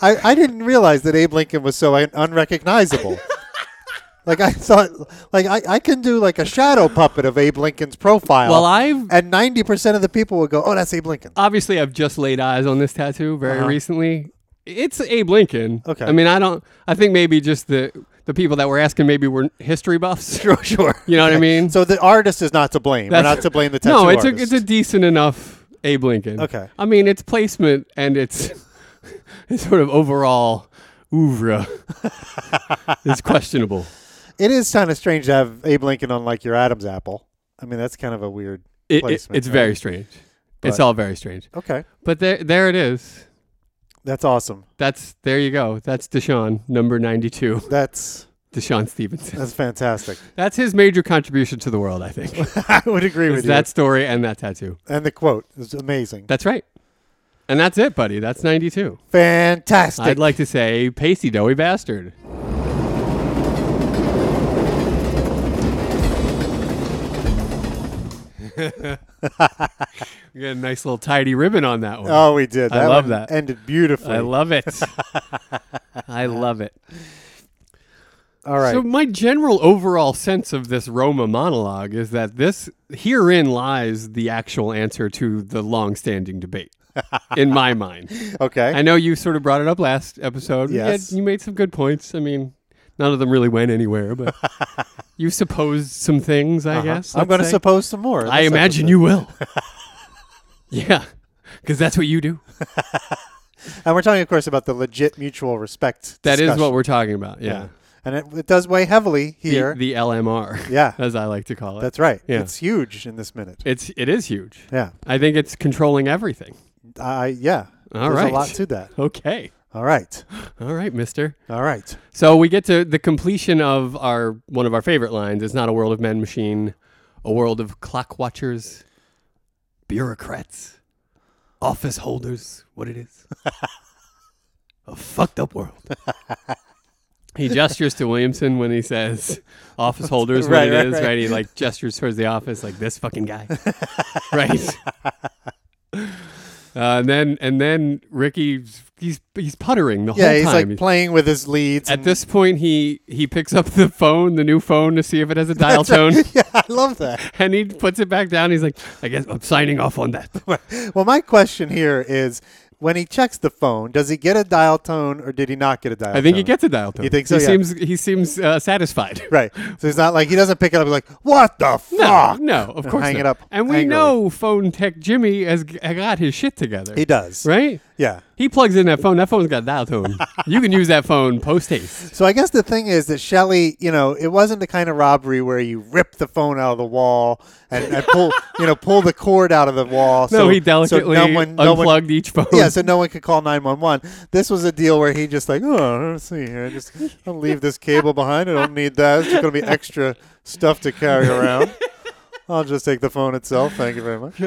B: I, I didn't realize that Abe Lincoln was so un- unrecognizable. like I thought, like I, I can do like a shadow puppet of Abe Lincoln's profile.
A: Well, I've-
B: and ninety percent of the people would go, "Oh, that's Abe Lincoln."
A: Obviously, I've just laid eyes on this tattoo very recently. It's Abe Lincoln.
B: Uh-huh. Okay.
A: I mean, I don't. I think maybe just the the people that were asking maybe were history buffs.
B: Sure, sure.
A: You know what I mean?
B: So the artist is not to blame. We're
A: That's-
B: not to blame the tattoo
A: no, it's
B: artist.
A: a it's a decent enough Abe Lincoln.
B: Okay.
A: I mean, its placement and its, its sort of overall oeuvre is questionable.
B: it is kind of strange to have Abe Lincoln on like your Adam's apple. I mean, that's kind of a weird
A: It- it-
B: placement.
A: it's
B: right?
A: very strange. it's
B: But-
A: all very strange.
B: okay.
A: But there, there it is.
B: That's awesome.
A: That's there you go. That's Deshaun, number ninety-two,
B: That's
A: Deshaun Stevenson.
B: that's fantastic.
A: That's his major contribution to the world, I think.
B: I would agree
A: Is
B: with
A: that story and that tattoo.
B: you. And the quote is amazing.
A: That's right. And that's it, buddy. That's ninety-two.
B: fantastic.
A: I'd like to say, pasty doughy bastard. you got a nice little tidy ribbon on that one.
B: Oh, we did.
A: I
B: That
A: love
B: one
A: that.
B: Ended beautifully.
A: I love it. I love it.
B: All right.
A: So my general overall sense of this Roma monologue is that this herein lies the actual answer to the long-standing debate in my mind.
B: okay.
A: I know you sort of brought it up last episode. Yeah,
B: Yes.
A: you made some good points. I mean, none of them really went anywhere, but you supposed some things, I guess.
B: Uh-huh.
A: let's
B: I'm going to
A: say.
B: suppose some more.
A: I
B: Let's-
A: imagine you will. yeah, because that's what you do.
B: and we're talking, of course, about the legit mutual respect.
A: That is
B: discussion.
A: what we're talking about. Yeah.
B: And it, it does weigh heavily
A: The-
B: here.
A: The, LMR.
B: Yeah.
A: as I like to call it.
B: That's right.
A: Yeah.
B: It's huge in this minute.
A: it's it is huge.
B: yeah.
A: I think it's controlling everything.
B: I yeah.
A: All
B: There's
A: right.
B: a lot to that.
A: Okay.
B: All right.
A: All right, Mister.
B: All right.
A: So we get to the completion of our one of our favorite lines. It's not a world of men machine, a world of clock watchers, bureaucrats, office holders, what it is. a fucked up world. He gestures to Williamson when he says office holders what
B: Right,
A: it
B: right,
A: is,
B: right.
A: right. He like gestures towards the office like this fucking guy. right. Uh, and then and then Ricky he's he's puttering the
B: Yeah,
A: whole
B: he's
A: time.
B: like playing with his leads.
A: At
B: and-
A: this point he he picks up the phone, the new phone to see if it has a dial tone.
B: yeah, I love that.
A: And he puts it back down. He's like, I guess I'm signing off on that.
B: Well, my question here is when he checks the phone, does he get a dial tone or did he not get a dial
A: I think he
B: tone?
A: gets a dial tone.
B: You think so?
A: He
B: Yeah.
A: seems he seems uh, satisfied.
B: Right. So he's not like, he doesn't pick it up and like, what the
A: No,
B: fuck?
A: no, of course
B: hang
A: not.
B: it up
A: And we
B: angrily.
A: know phone tech Jimmy has g- got his shit together.
B: He does.
A: right?
B: Yeah.
A: He plugs in that phone. That phone's got dial tone. you can use that phone post haste.
B: So I guess the thing is that Shelley, you know, it wasn't the kind of robbery where you rip the phone out of the wall and, and pull, you know, pull the cord out of the wall.
A: No,
B: so,
A: he delicately
B: so no one, no
A: unplugged
B: one,
A: each phone.
B: yeah, so no one could call 911. This was a deal where he just like, oh, let's see here. Just I'll leave this cable behind. I don't need that. It's just going to be extra stuff to carry around. I'll just take the phone itself. Thank you very much.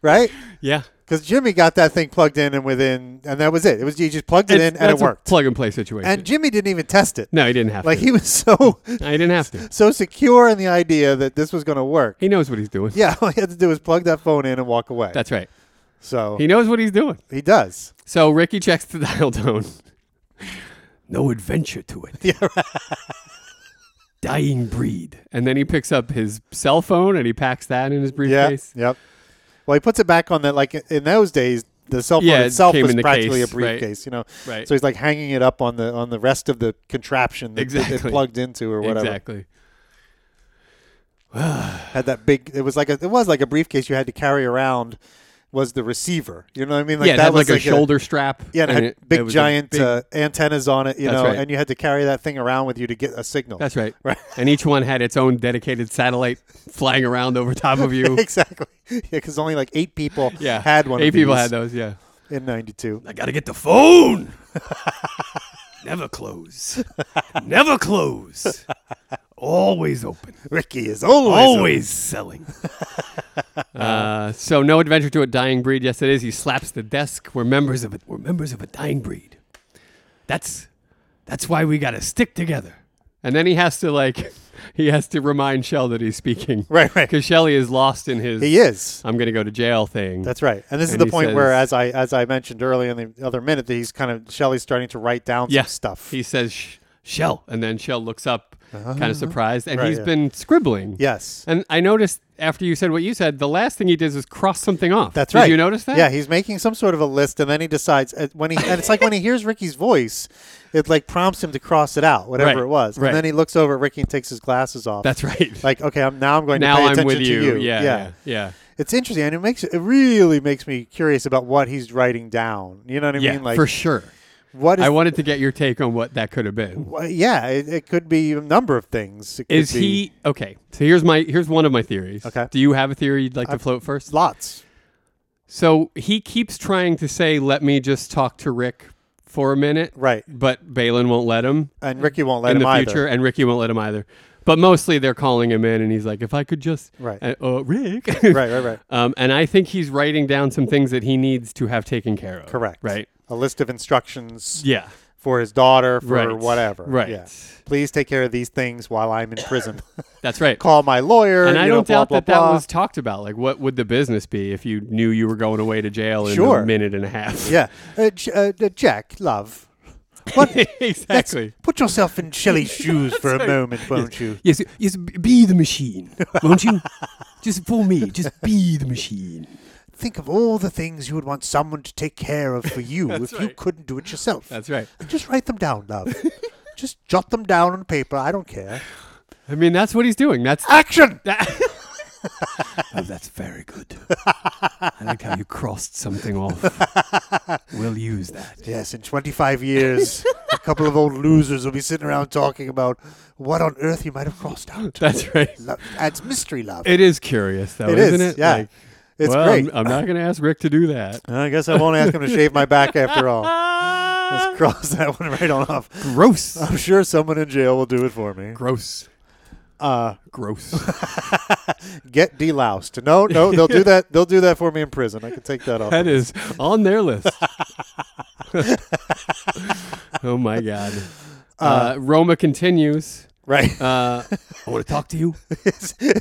B: right?
A: yeah.
B: Because Jimmy got that thing plugged in and within, and that was it. It was you just plugged it
A: It's-
B: in and it
A: that's a
B: worked.
A: plug and play situation.
B: and Jimmy didn't even test it.
A: no, he didn't have
B: Like
A: to.
B: he was so
A: I didn't have to.
B: so secure in the idea that this was going to work.
A: He knows what he's doing.
B: Yeah, all he had to do was plug that phone in and walk away.
A: That's right.
B: so
A: He
B: he,
A: knows what he's doing.
B: does.
A: So Ricky checks the dial tone. No adventure to it. Yeah, Dying breed. And then he picks up his cell phone and he packs that in his
B: Yeah.
A: briefcase.
B: Yep. Well, he puts it back on that. Like in those days, the cell phone
A: Yeah, it
B: itself
A: came
B: was
A: in the
B: practically
A: case,
B: a
A: right.
B: briefcase, you know.
A: Right.
B: So he's like hanging it up on the on the rest of the contraption that it- it
A: Exactly.
B: plugged into or whatever.
A: Exactly.
B: Had that big. It was like a. It was like a briefcase you had to carry around. Was the receiver? You know what I mean?
A: yeah, it had
B: was
A: like a shoulder strap.
B: Yeah,
A: and
B: and it had
A: it- it
B: big
A: was a
B: giant
A: big-
B: uh, antennas on it, you
A: That's
B: know,
A: right.
B: and you had to carry that thing around with you to get a signal.
A: that's right.
B: Right.
A: And each one had its own dedicated satellite flying around over top of you.
B: exactly. Yeah, because only like eight people
A: Yeah,
B: had one.
A: Eight
B: of
A: people
B: these
A: had those. Yeah.
B: in '92.
A: I gotta get the phone. Never close. Never close. Always open.
B: Ricky is always
A: selling. uh, so no adventure to a dying breed. Yes, it is. He slaps the desk. We're members of a, we're members of a dying breed. That's that's why we gotta stick together. And then he has to like he has to remind Shell that he's speaking.
B: Right, right.
A: Because Shelley is lost in his
B: He is.
A: I'm gonna go to jail thing.
B: That's right. And this
A: And
B: is the
A: he
B: point where,
A: says-
B: as I as I mentioned earlier in the other minute, that he's kind of Shelley's starting to write down
A: yeah.
B: some stuff.
A: He says "Sh- Shell, and then Shell looks up, kind of surprised, and
B: Uh-huh. Right,
A: he's
B: yeah.
A: been scribbling.
B: yes,
A: And I noticed after you said what you said, the last thing he did was cross something off.
B: that's
A: Did
B: right.
A: you notice that?
B: Yeah, he's making some sort of a list, and then he decides uh, when he and it's like when he hears Ricky's voice, it like prompts him to cross it out, whatever
A: Right,
B: it was,
A: right.
B: and then he looks over at Ricky and takes his glasses off.
A: That's right.
B: like okay i'm now i'm going
A: now
B: to pay
A: I'm
B: attention
A: with you.
B: to you
A: Yeah, yeah. Yeah.
B: it's interesting and it makes it really makes me curious about what he's writing down you know what i
A: Yeah,
B: mean like
A: for sure.
B: what is
A: I wanted to get your take on what that could have been.
B: wha- yeah it, it could be a number of things It could
A: Is
B: be
A: he okay? So here's my here's one of my theories.
B: Okay.
A: Do you have a theory you'd like to float first?
B: lots
A: So he keeps trying to say, "Let me just talk to Rick for a minute,"
B: right
A: but Balin won't let him
B: and ricky won't let
A: in
B: him
A: the
B: either
A: future, and Ricky won't let him either. But mostly they're calling him in, and he's like, "If I could just
B: Right.
A: uh, uh, Rick,
B: right right right
A: Um, and I think he's writing down some things that he needs to have taken care of.
B: correct
A: Right.
B: a list of instructions
A: Yeah.
B: for his daughter for
A: Right.
B: whatever
A: Right.
B: yeah. please take care of these things while i'm in prison
A: That's right.
B: call my lawyer
A: and I
B: you know,
A: don't
B: blah,
A: doubt
B: blah,
A: that that
B: blah.
A: was talked about. Like, what would the business be if you knew you were going away to jail in a
B: Sure.
A: minute and a half?
B: yeah uh, J- uh, jack love what Let's
A: exactly.
B: Put yourself in Shelley's shoes for a moment, won't you?
A: Yes, yes, be the machine, won't you? just for me, just be the machine.
B: Think of all the things you would want someone to take care of for you if you
A: right.
B: couldn't do it yourself.
A: That's right.
B: And Just write them down, love. Just jot them down on paper. I don't care.
A: I mean, that's what he's doing. That's
B: Action!
A: that. oh, that's very good. I like how you crossed something off. We'll use that.
B: Yes, in 25 years, a couple of old losers will be sitting around talking about what on earth you might have crossed out.
A: That's right.
B: Lo- That's mystery, love.
A: It is curious, though,
B: It
A: is
B: is,
A: isn't it?
B: yeah.
A: Like,
B: it's
A: well,
B: great.
A: I'm, I'm not going to ask Rick to do that.
B: I guess I won't ask him to shave my back after
A: Oh.
B: all.
A: Ah.
B: Let's cross that one right on off.
A: Gross.
B: I'm sure someone in jail will do it for me.
A: Gross.
B: Uh,
A: Gross.
B: get deloused. No, no, they'll do that. They'll do that for me in prison. I can take that off.
A: that is on their list. oh my god. Uh, Roma continues.
B: Right.
A: Uh, I want to talk to you.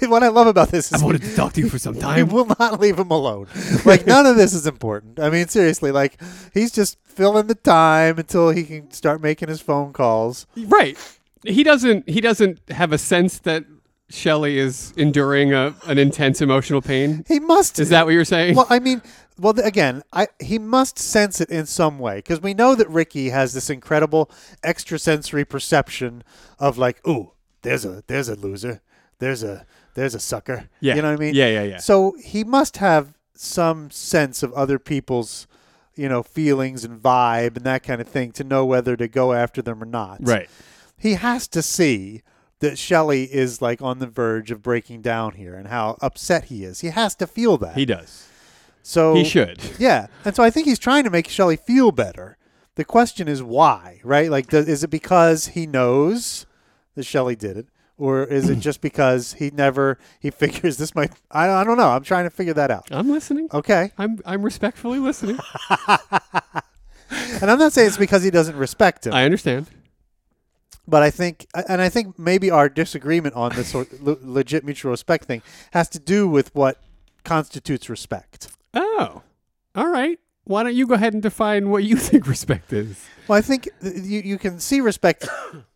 B: what I love about this is
A: I wanted to talk to you for some
B: we
A: time.
B: will not leave him alone. Like none of this is important. I mean, seriously, like he's just filling the time until he can start making his phone calls.
A: Right. He doesn't. He doesn't have a sense that Shelley is enduring a, an intense emotional pain.
B: He must.
A: Is that what you're saying?
B: Well, I mean, well, th- again, I he must sense it in some way because we know that Ricky has this incredible extrasensory perception of like, ooh, there's a there's a loser, there's a there's a sucker.
A: Yeah.
B: you know what I mean.
A: Yeah, yeah, yeah.
B: So he must have some sense of other people's, you know, feelings and vibe and that kind of thing to know whether to go after them or not.
A: right.
B: He has to see. That Shelley is like on the verge of breaking down here, and how upset he is. He has to feel that.
A: He does.
B: So
A: He should.
B: Yeah, and so I think he's trying to make Shelley feel better. The question is why, right? Like, does, is it because he knows that Shelley did it, or is it just because he never he figures this might? I, I don't know. I'm trying to figure that out.
A: I'm listening.
B: Okay,
A: I'm I'm respectfully listening.
B: and I'm not saying it's because he doesn't respect him,
A: I understand.
B: but I think, and I think maybe our disagreement on this sort le- legit mutual respect thing has to do with what constitutes respect.
A: Oh, all right. Why don't you go ahead and define what you think respect is?
B: Well, I think th- you you can see respect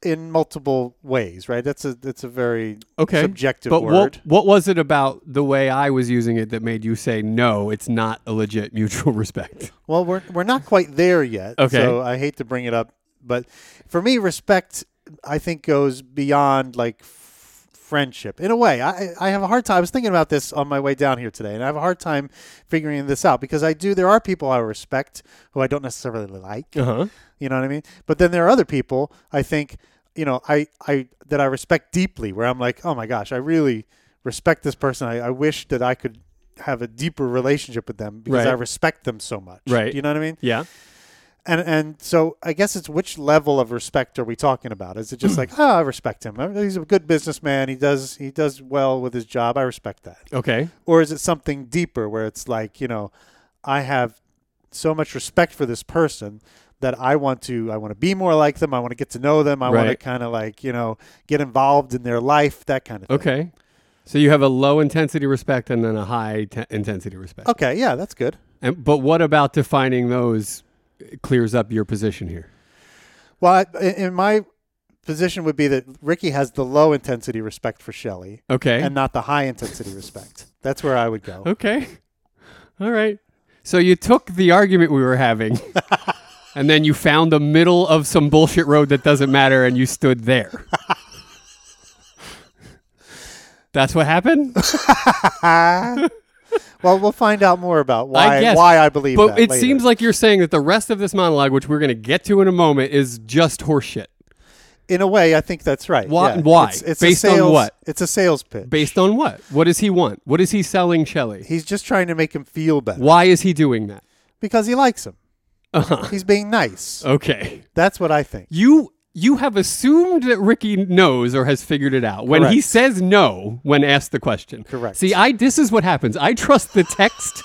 B: in multiple ways, right? That's a that's a very
A: Okay.
B: subjective
A: but
B: word.
A: what what was it about the way I was using it that made you say no? It's not a legit mutual respect.
B: Well, we're we're not quite there yet.
A: Okay.
B: So I hate to bring it up, but for me, respect I think goes beyond like f- friendship in a way. I I have a hard time. I was thinking about this on my way down here today, and I have a hard time figuring this out because I do. There are people I respect who I don't necessarily like.
A: huh.
B: You know what I mean? But then there are other people I think, you know, I, I that I respect deeply where I'm like, oh my gosh, I really respect this person. I, I wish that I could have a deeper relationship with them because
A: Right.
B: I respect them so much.
A: Right.
B: Do you know what I mean?
A: Yeah.
B: And and so I guess it's which level of respect are we talking about? Is it just like, oh, I respect him. He's a good businessman. He does he does well with his job. I respect that
A: Okay.
B: or is it something deeper where it's like you know i have so much respect for this person that i want to i want to be more like them i want to get to know them i want to
A: Right.
B: kind of like you know get involved in their life that kind of thing
A: Okay. So you have a low intensity respect and then a high te- intensity respect.
B: okay yeah that's good
A: And, but what about defining those clears up your position here?
B: well I, in in my position would be that ricky has the low intensity respect for shelly
A: Okay.
B: and not the high intensity respect that's where i would go
A: okay. All right. So you took the argument we were having and then you found the middle of some bullshit road that doesn't matter and you stood there. That's what happened?
B: well we'll find out more about why
A: I guess,
B: why i believe
A: But
B: that
A: it
B: later.
A: seems like you're saying that the rest of this monologue, which we're going to get to in a moment, is just horseshit
B: in a way i think that's right
A: Why-
B: yeah.
A: why?
B: it's, it's a
A: Based on
B: sales-
A: what?
B: it's a sales pitch
A: based on what? What does he want? What is he selling Shelley?
B: He's just trying to make him feel better
A: Why is he doing that?
B: because he likes him.
A: Uh-huh.
B: He's being nice.
A: Okay.
B: That's what I think.
A: You you have assumed that Ricky knows or has figured it out when he
B: Correct.
A: says no when asked the question.
B: Correct.
A: See, I this is what happens. I trust the text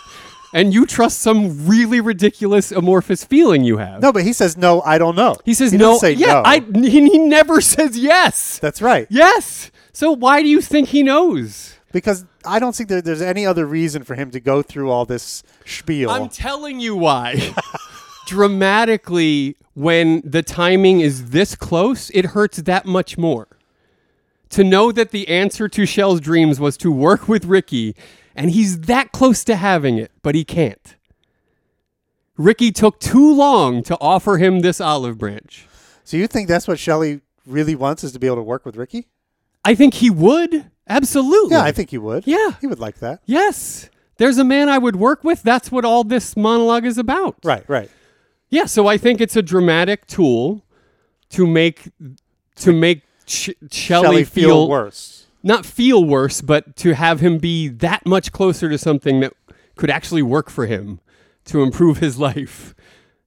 A: and you trust some really ridiculous amorphous feeling you have.
B: No, but he says no. I don't know.
A: He says
B: doesn't
A: no.
B: Say
A: yeah,
B: no.
A: I he, he never says yes.
B: That's right.
A: Yes. So why do you think he knows?
B: Because I don't think there, there's any other reason for him to go through all this spiel.
A: I'm telling you why. Dramatically, when the timing is this close, it hurts that much more. To know that the answer to Shell's dreams was to work with Ricky, and he's that close to having it, but he can't. Ricky took too long to offer him this olive branch.
B: so you think that's what Shelley really wants is to be able to work with Ricky?
A: I think he would. Absolutely.
B: Yeah, I think he would.
A: Yeah.
B: he would like that.
A: Yes. There's a man I would work with. That's what all this monologue is about.
B: Right, right.
A: Yeah, so I think it's a dramatic tool to make to make Sh- Shelley,
B: Shelley
A: feel,
B: feel worse.
A: not feel worse, but to have him be that much closer to something that could actually work for him to improve his life,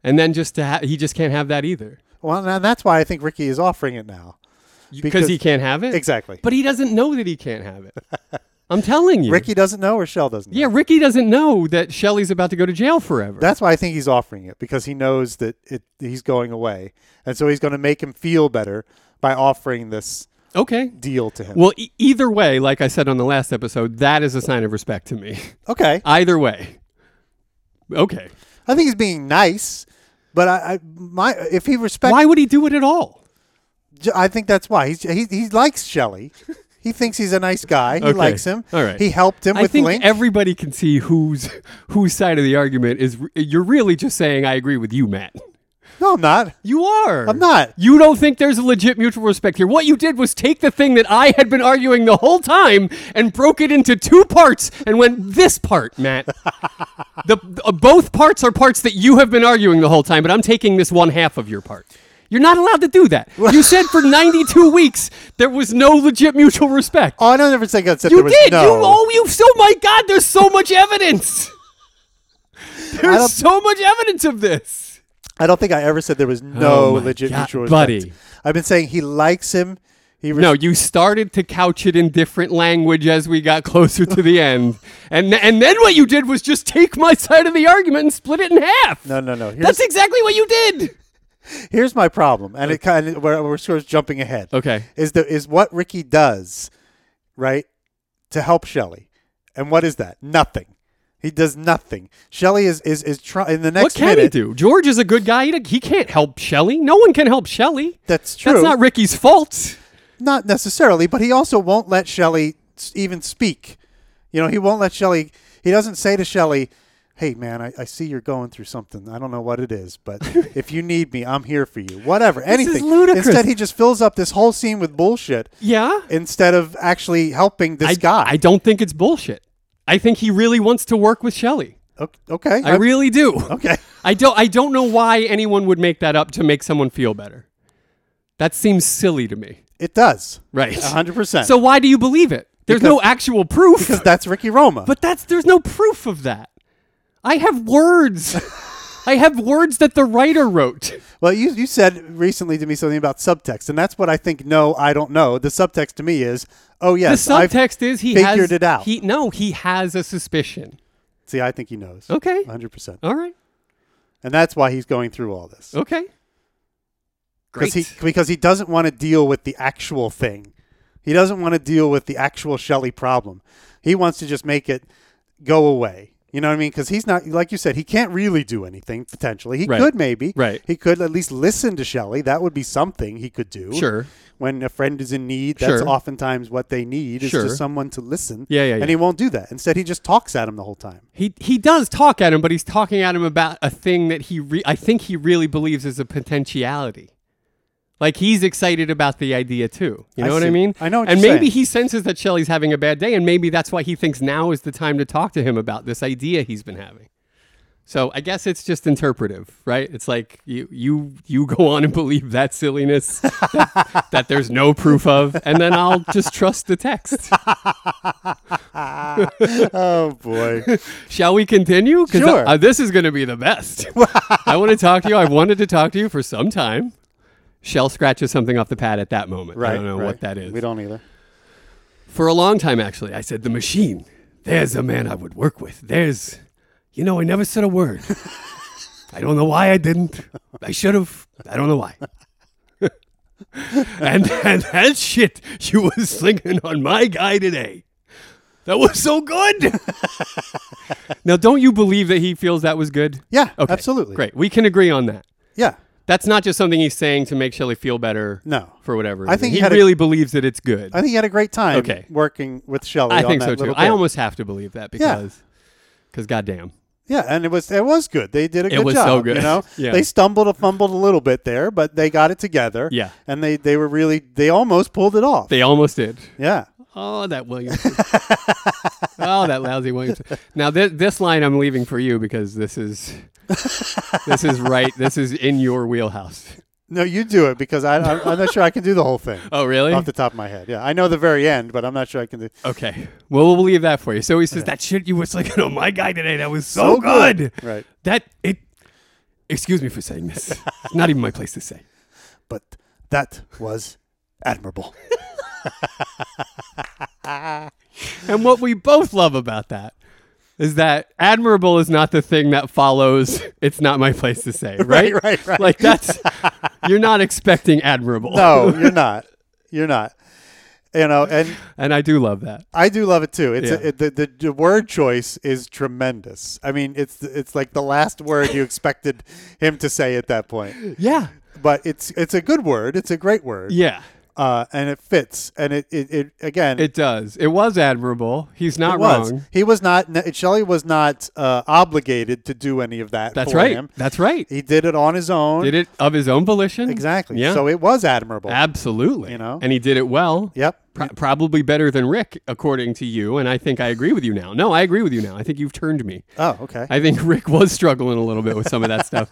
A: and then just to ha- he just can't have that either
B: Well, and that's why I think Ricky is offering it now.
A: because he can't have it
B: Exactly.
A: But he doesn't know that he can't have it. I'm telling you.
B: Ricky doesn't know or Shell doesn't know.
A: Yeah, Ricky doesn't know that Shelly's about to go to jail forever.
B: That's why I think he's offering it because he knows that it, he's going away. And so he's going to make him feel better by offering this
A: okay.
B: deal to him.
A: Well, e- either way, like I said on the last episode, that is a sign of respect to me.
B: okay.
A: either way. Okay.
B: I think he's being nice, but I, I my if he respects
A: Why would he do it at all?
B: J- I think that's why he's, he he likes Shelley. He thinks he's a nice guy. He
A: Okay.
B: likes him.
A: All right.
B: He helped him
A: I
B: with
A: think
B: Link.
A: everybody can see whose whose side of the argument is. You're really just saying I agree with you, Matt.
B: no, I'm not.
A: You are.
B: I'm not.
A: You don't think there's a legit mutual respect here. What you did was take the thing that I had been arguing the whole time and broke it into two parts and went this part, Matt. the uh, both parts are parts that you have been arguing the whole time, but I'm taking this one half of your part. You're not allowed to do that. You said for 92 weeks there was no legit mutual respect.
B: Oh, I don't ever think I said
A: You
B: there was
A: did.
B: no.
A: You oh you oh my god, there's so much evidence.
B: don't-
A: There's so much evidence of this.
B: I don't think I ever said there was no
A: Oh my
B: legit
A: God,
B: mutual respect.
A: buddy.
B: I've been saying he likes him. He res-
A: No, you started to couch it in different language as we got closer to the end, and and then what you did was just take my side of the argument and split it in half.
B: no, no, no. Here's,
A: that's exactly what you did.
B: here's my problem, and it kind of we're, we're sort of jumping ahead.
A: Okay.
B: is the is what Ricky does, right, to help Shelley, and what is that? Nothing. He does nothing. Shelley is is is trying in the next
A: What can
B: minute.
A: he do? George is a good guy. He, he can't help Shelley. No one can help Shelley.
B: That's true.
A: That's not Ricky's fault.
B: not necessarily, but he also won't let Shelley s- even speak. You know, he won't let Shelley. He doesn't say to Shelley, "Hey, man, I, I see you're going through something. I don't know what it is, but if you need me, I'm here for you. Whatever,
A: is
B: anything."
A: ludicrous.
B: Instead, he just fills up this whole scene with bullshit
A: Yeah.
B: instead of actually helping this
A: I,
B: guy.
A: I don't think it's bullshit. I think he really wants to work with Shelley.
B: O- okay,
A: I
B: I'm-
A: really do.
B: okay.
A: I don't I don't know why anyone would make that up to make someone feel better. That seems silly to me.
B: It does
A: Right.
B: a hundred percent.
A: So why do you believe it? There's no actual proof.
B: because that's Ricky Roma.
A: but that's there's no proof of that. I have words. I have words that the writer wrote.
B: Well, you, you said recently to me something about subtext, and that's what I think. No, I don't know. The subtext to me is, oh
A: The
B: yes, I've
A: subtext is he
B: figured
A: has
B: it out.
A: He no, he has a suspicion.
B: See, I think he knows.
A: Okay.
B: 100. percent
A: All right.
B: And that's why he's going through all this
A: Okay. Great.
B: because he because he doesn't want to deal with the actual thing. He doesn't want to deal with the actual Shelley problem. He wants to just make it go away. You know what I mean? Because he's not like you said. He can't really do anything potentially. He
A: Right.
B: could maybe.
A: Right.
B: He could at least listen to Shelley. That would be something he could do.
A: Sure.
B: When a friend is in need, that's
A: Sure.
B: oftentimes what they need is
A: Sure.
B: just someone to listen.
A: Yeah, yeah, yeah.
B: And he won't do that. Instead, he just talks at him the whole time.
A: He he does talk at him, but he's talking at him about a thing that he re- I think he really believes is a potentiality. Like he's excited about the idea too. You
B: I
A: know what I
B: see.
A: mean?
B: I know what
A: and
B: you're
A: maybe
B: saying.
A: he senses that Shelley's having a bad day, and maybe that's why he thinks now is the time to talk to him about this idea he's been having. So I guess it's just interpretive, right? It's like you you you go on and believe that silliness that, that there's no proof of, and then I'll just trust the text.
B: oh boy.
A: Shall we continue? 'Cause,
B: Sure.
A: uh, this is going to be the best. I want to talk to you. I've wanted to talk to you for some time. Shell scratches something off the pad at that moment.
B: Right.
A: I don't know
B: right.
A: what that is.
B: We don't either.
A: For a long time, actually, I said, The machine. There's a man I would work with. There's, you know, I never said a word. I don't know why I didn't. I should have. I don't know why. and, and that shit you was slinging on my guy today. That was so good. now, don't you believe that he feels that was good?
B: Yeah.
A: Okay.
B: Absolutely.
A: Great. We can agree on that.
B: Yeah.
A: That's not just something he's saying to make Shelley feel better.
B: No.
A: For whatever.
B: I think
A: reason.
B: he had
A: he
B: a-
A: really believes that it's good.
B: I think he had a great time
A: Okay.
B: working with Shelley.
A: I
B: on
A: think
B: that
A: so too.
B: little
A: I
B: bit.
A: almost have to believe that because, because goddamn,
B: yeah, and it was it was good. They did a
A: It
B: good
A: was
B: job.
A: so good.
B: You know,
A: Yeah.
B: they stumbled and fumbled a little bit there, but they got it together.
A: Yeah.
B: and they they were really they almost pulled it off.
A: they almost did.
B: yeah,
A: Oh, that Williams. oh, that lousy Williams. Now this this line I'm leaving for you because this is this is right. This is in your wheelhouse.
B: no, you do it because I I'm, I'm not sure I can do the whole thing
A: Oh, really?
B: off the top of my head. Yeah, I know the very end, but I'm not sure I can do.
A: Okay. Well, we'll leave that for you. So he says that shit you were slicking on my guy today. That was so,
B: So good." Right.
A: That it. Excuse me for saying this. It's not even my place to say.
B: But that was admirable.
A: And what we both love about that is that admirable is not the thing that follows. It's not my place to say, right?
B: Right, right, right.
A: Like that's you're not expecting admirable.
B: No, you're not. You're not. You know, and
A: and I do love that.
B: I do love it too. It's
A: Yeah.
B: it, the, the the word choice is tremendous. I mean, it's it's like the last word you expected him to say at that point.
A: Yeah,
B: But it's it's a good word. It's a great word.
A: yeah,
B: Uh, and it fits. And it it, it again.
A: it does. It was admirable. He's not
B: it was.
A: wrong.
B: He was not. Shelley was not uh, obligated to do any of that.
A: That's
B: for
A: right.
B: Him.
A: That's right.
B: He did it on his own.
A: Did it of his own volition.
B: exactly.
A: Yeah.
B: So it was admirable.
A: Absolutely.
B: You know?
A: and he did it well.
B: yep.
A: Pro- probably better than Rick, according to you. And I think I agree with you now. No, I agree with you now. I think you've turned me.
B: Oh, okay.
A: I think Rick was struggling a little bit with some of that stuff.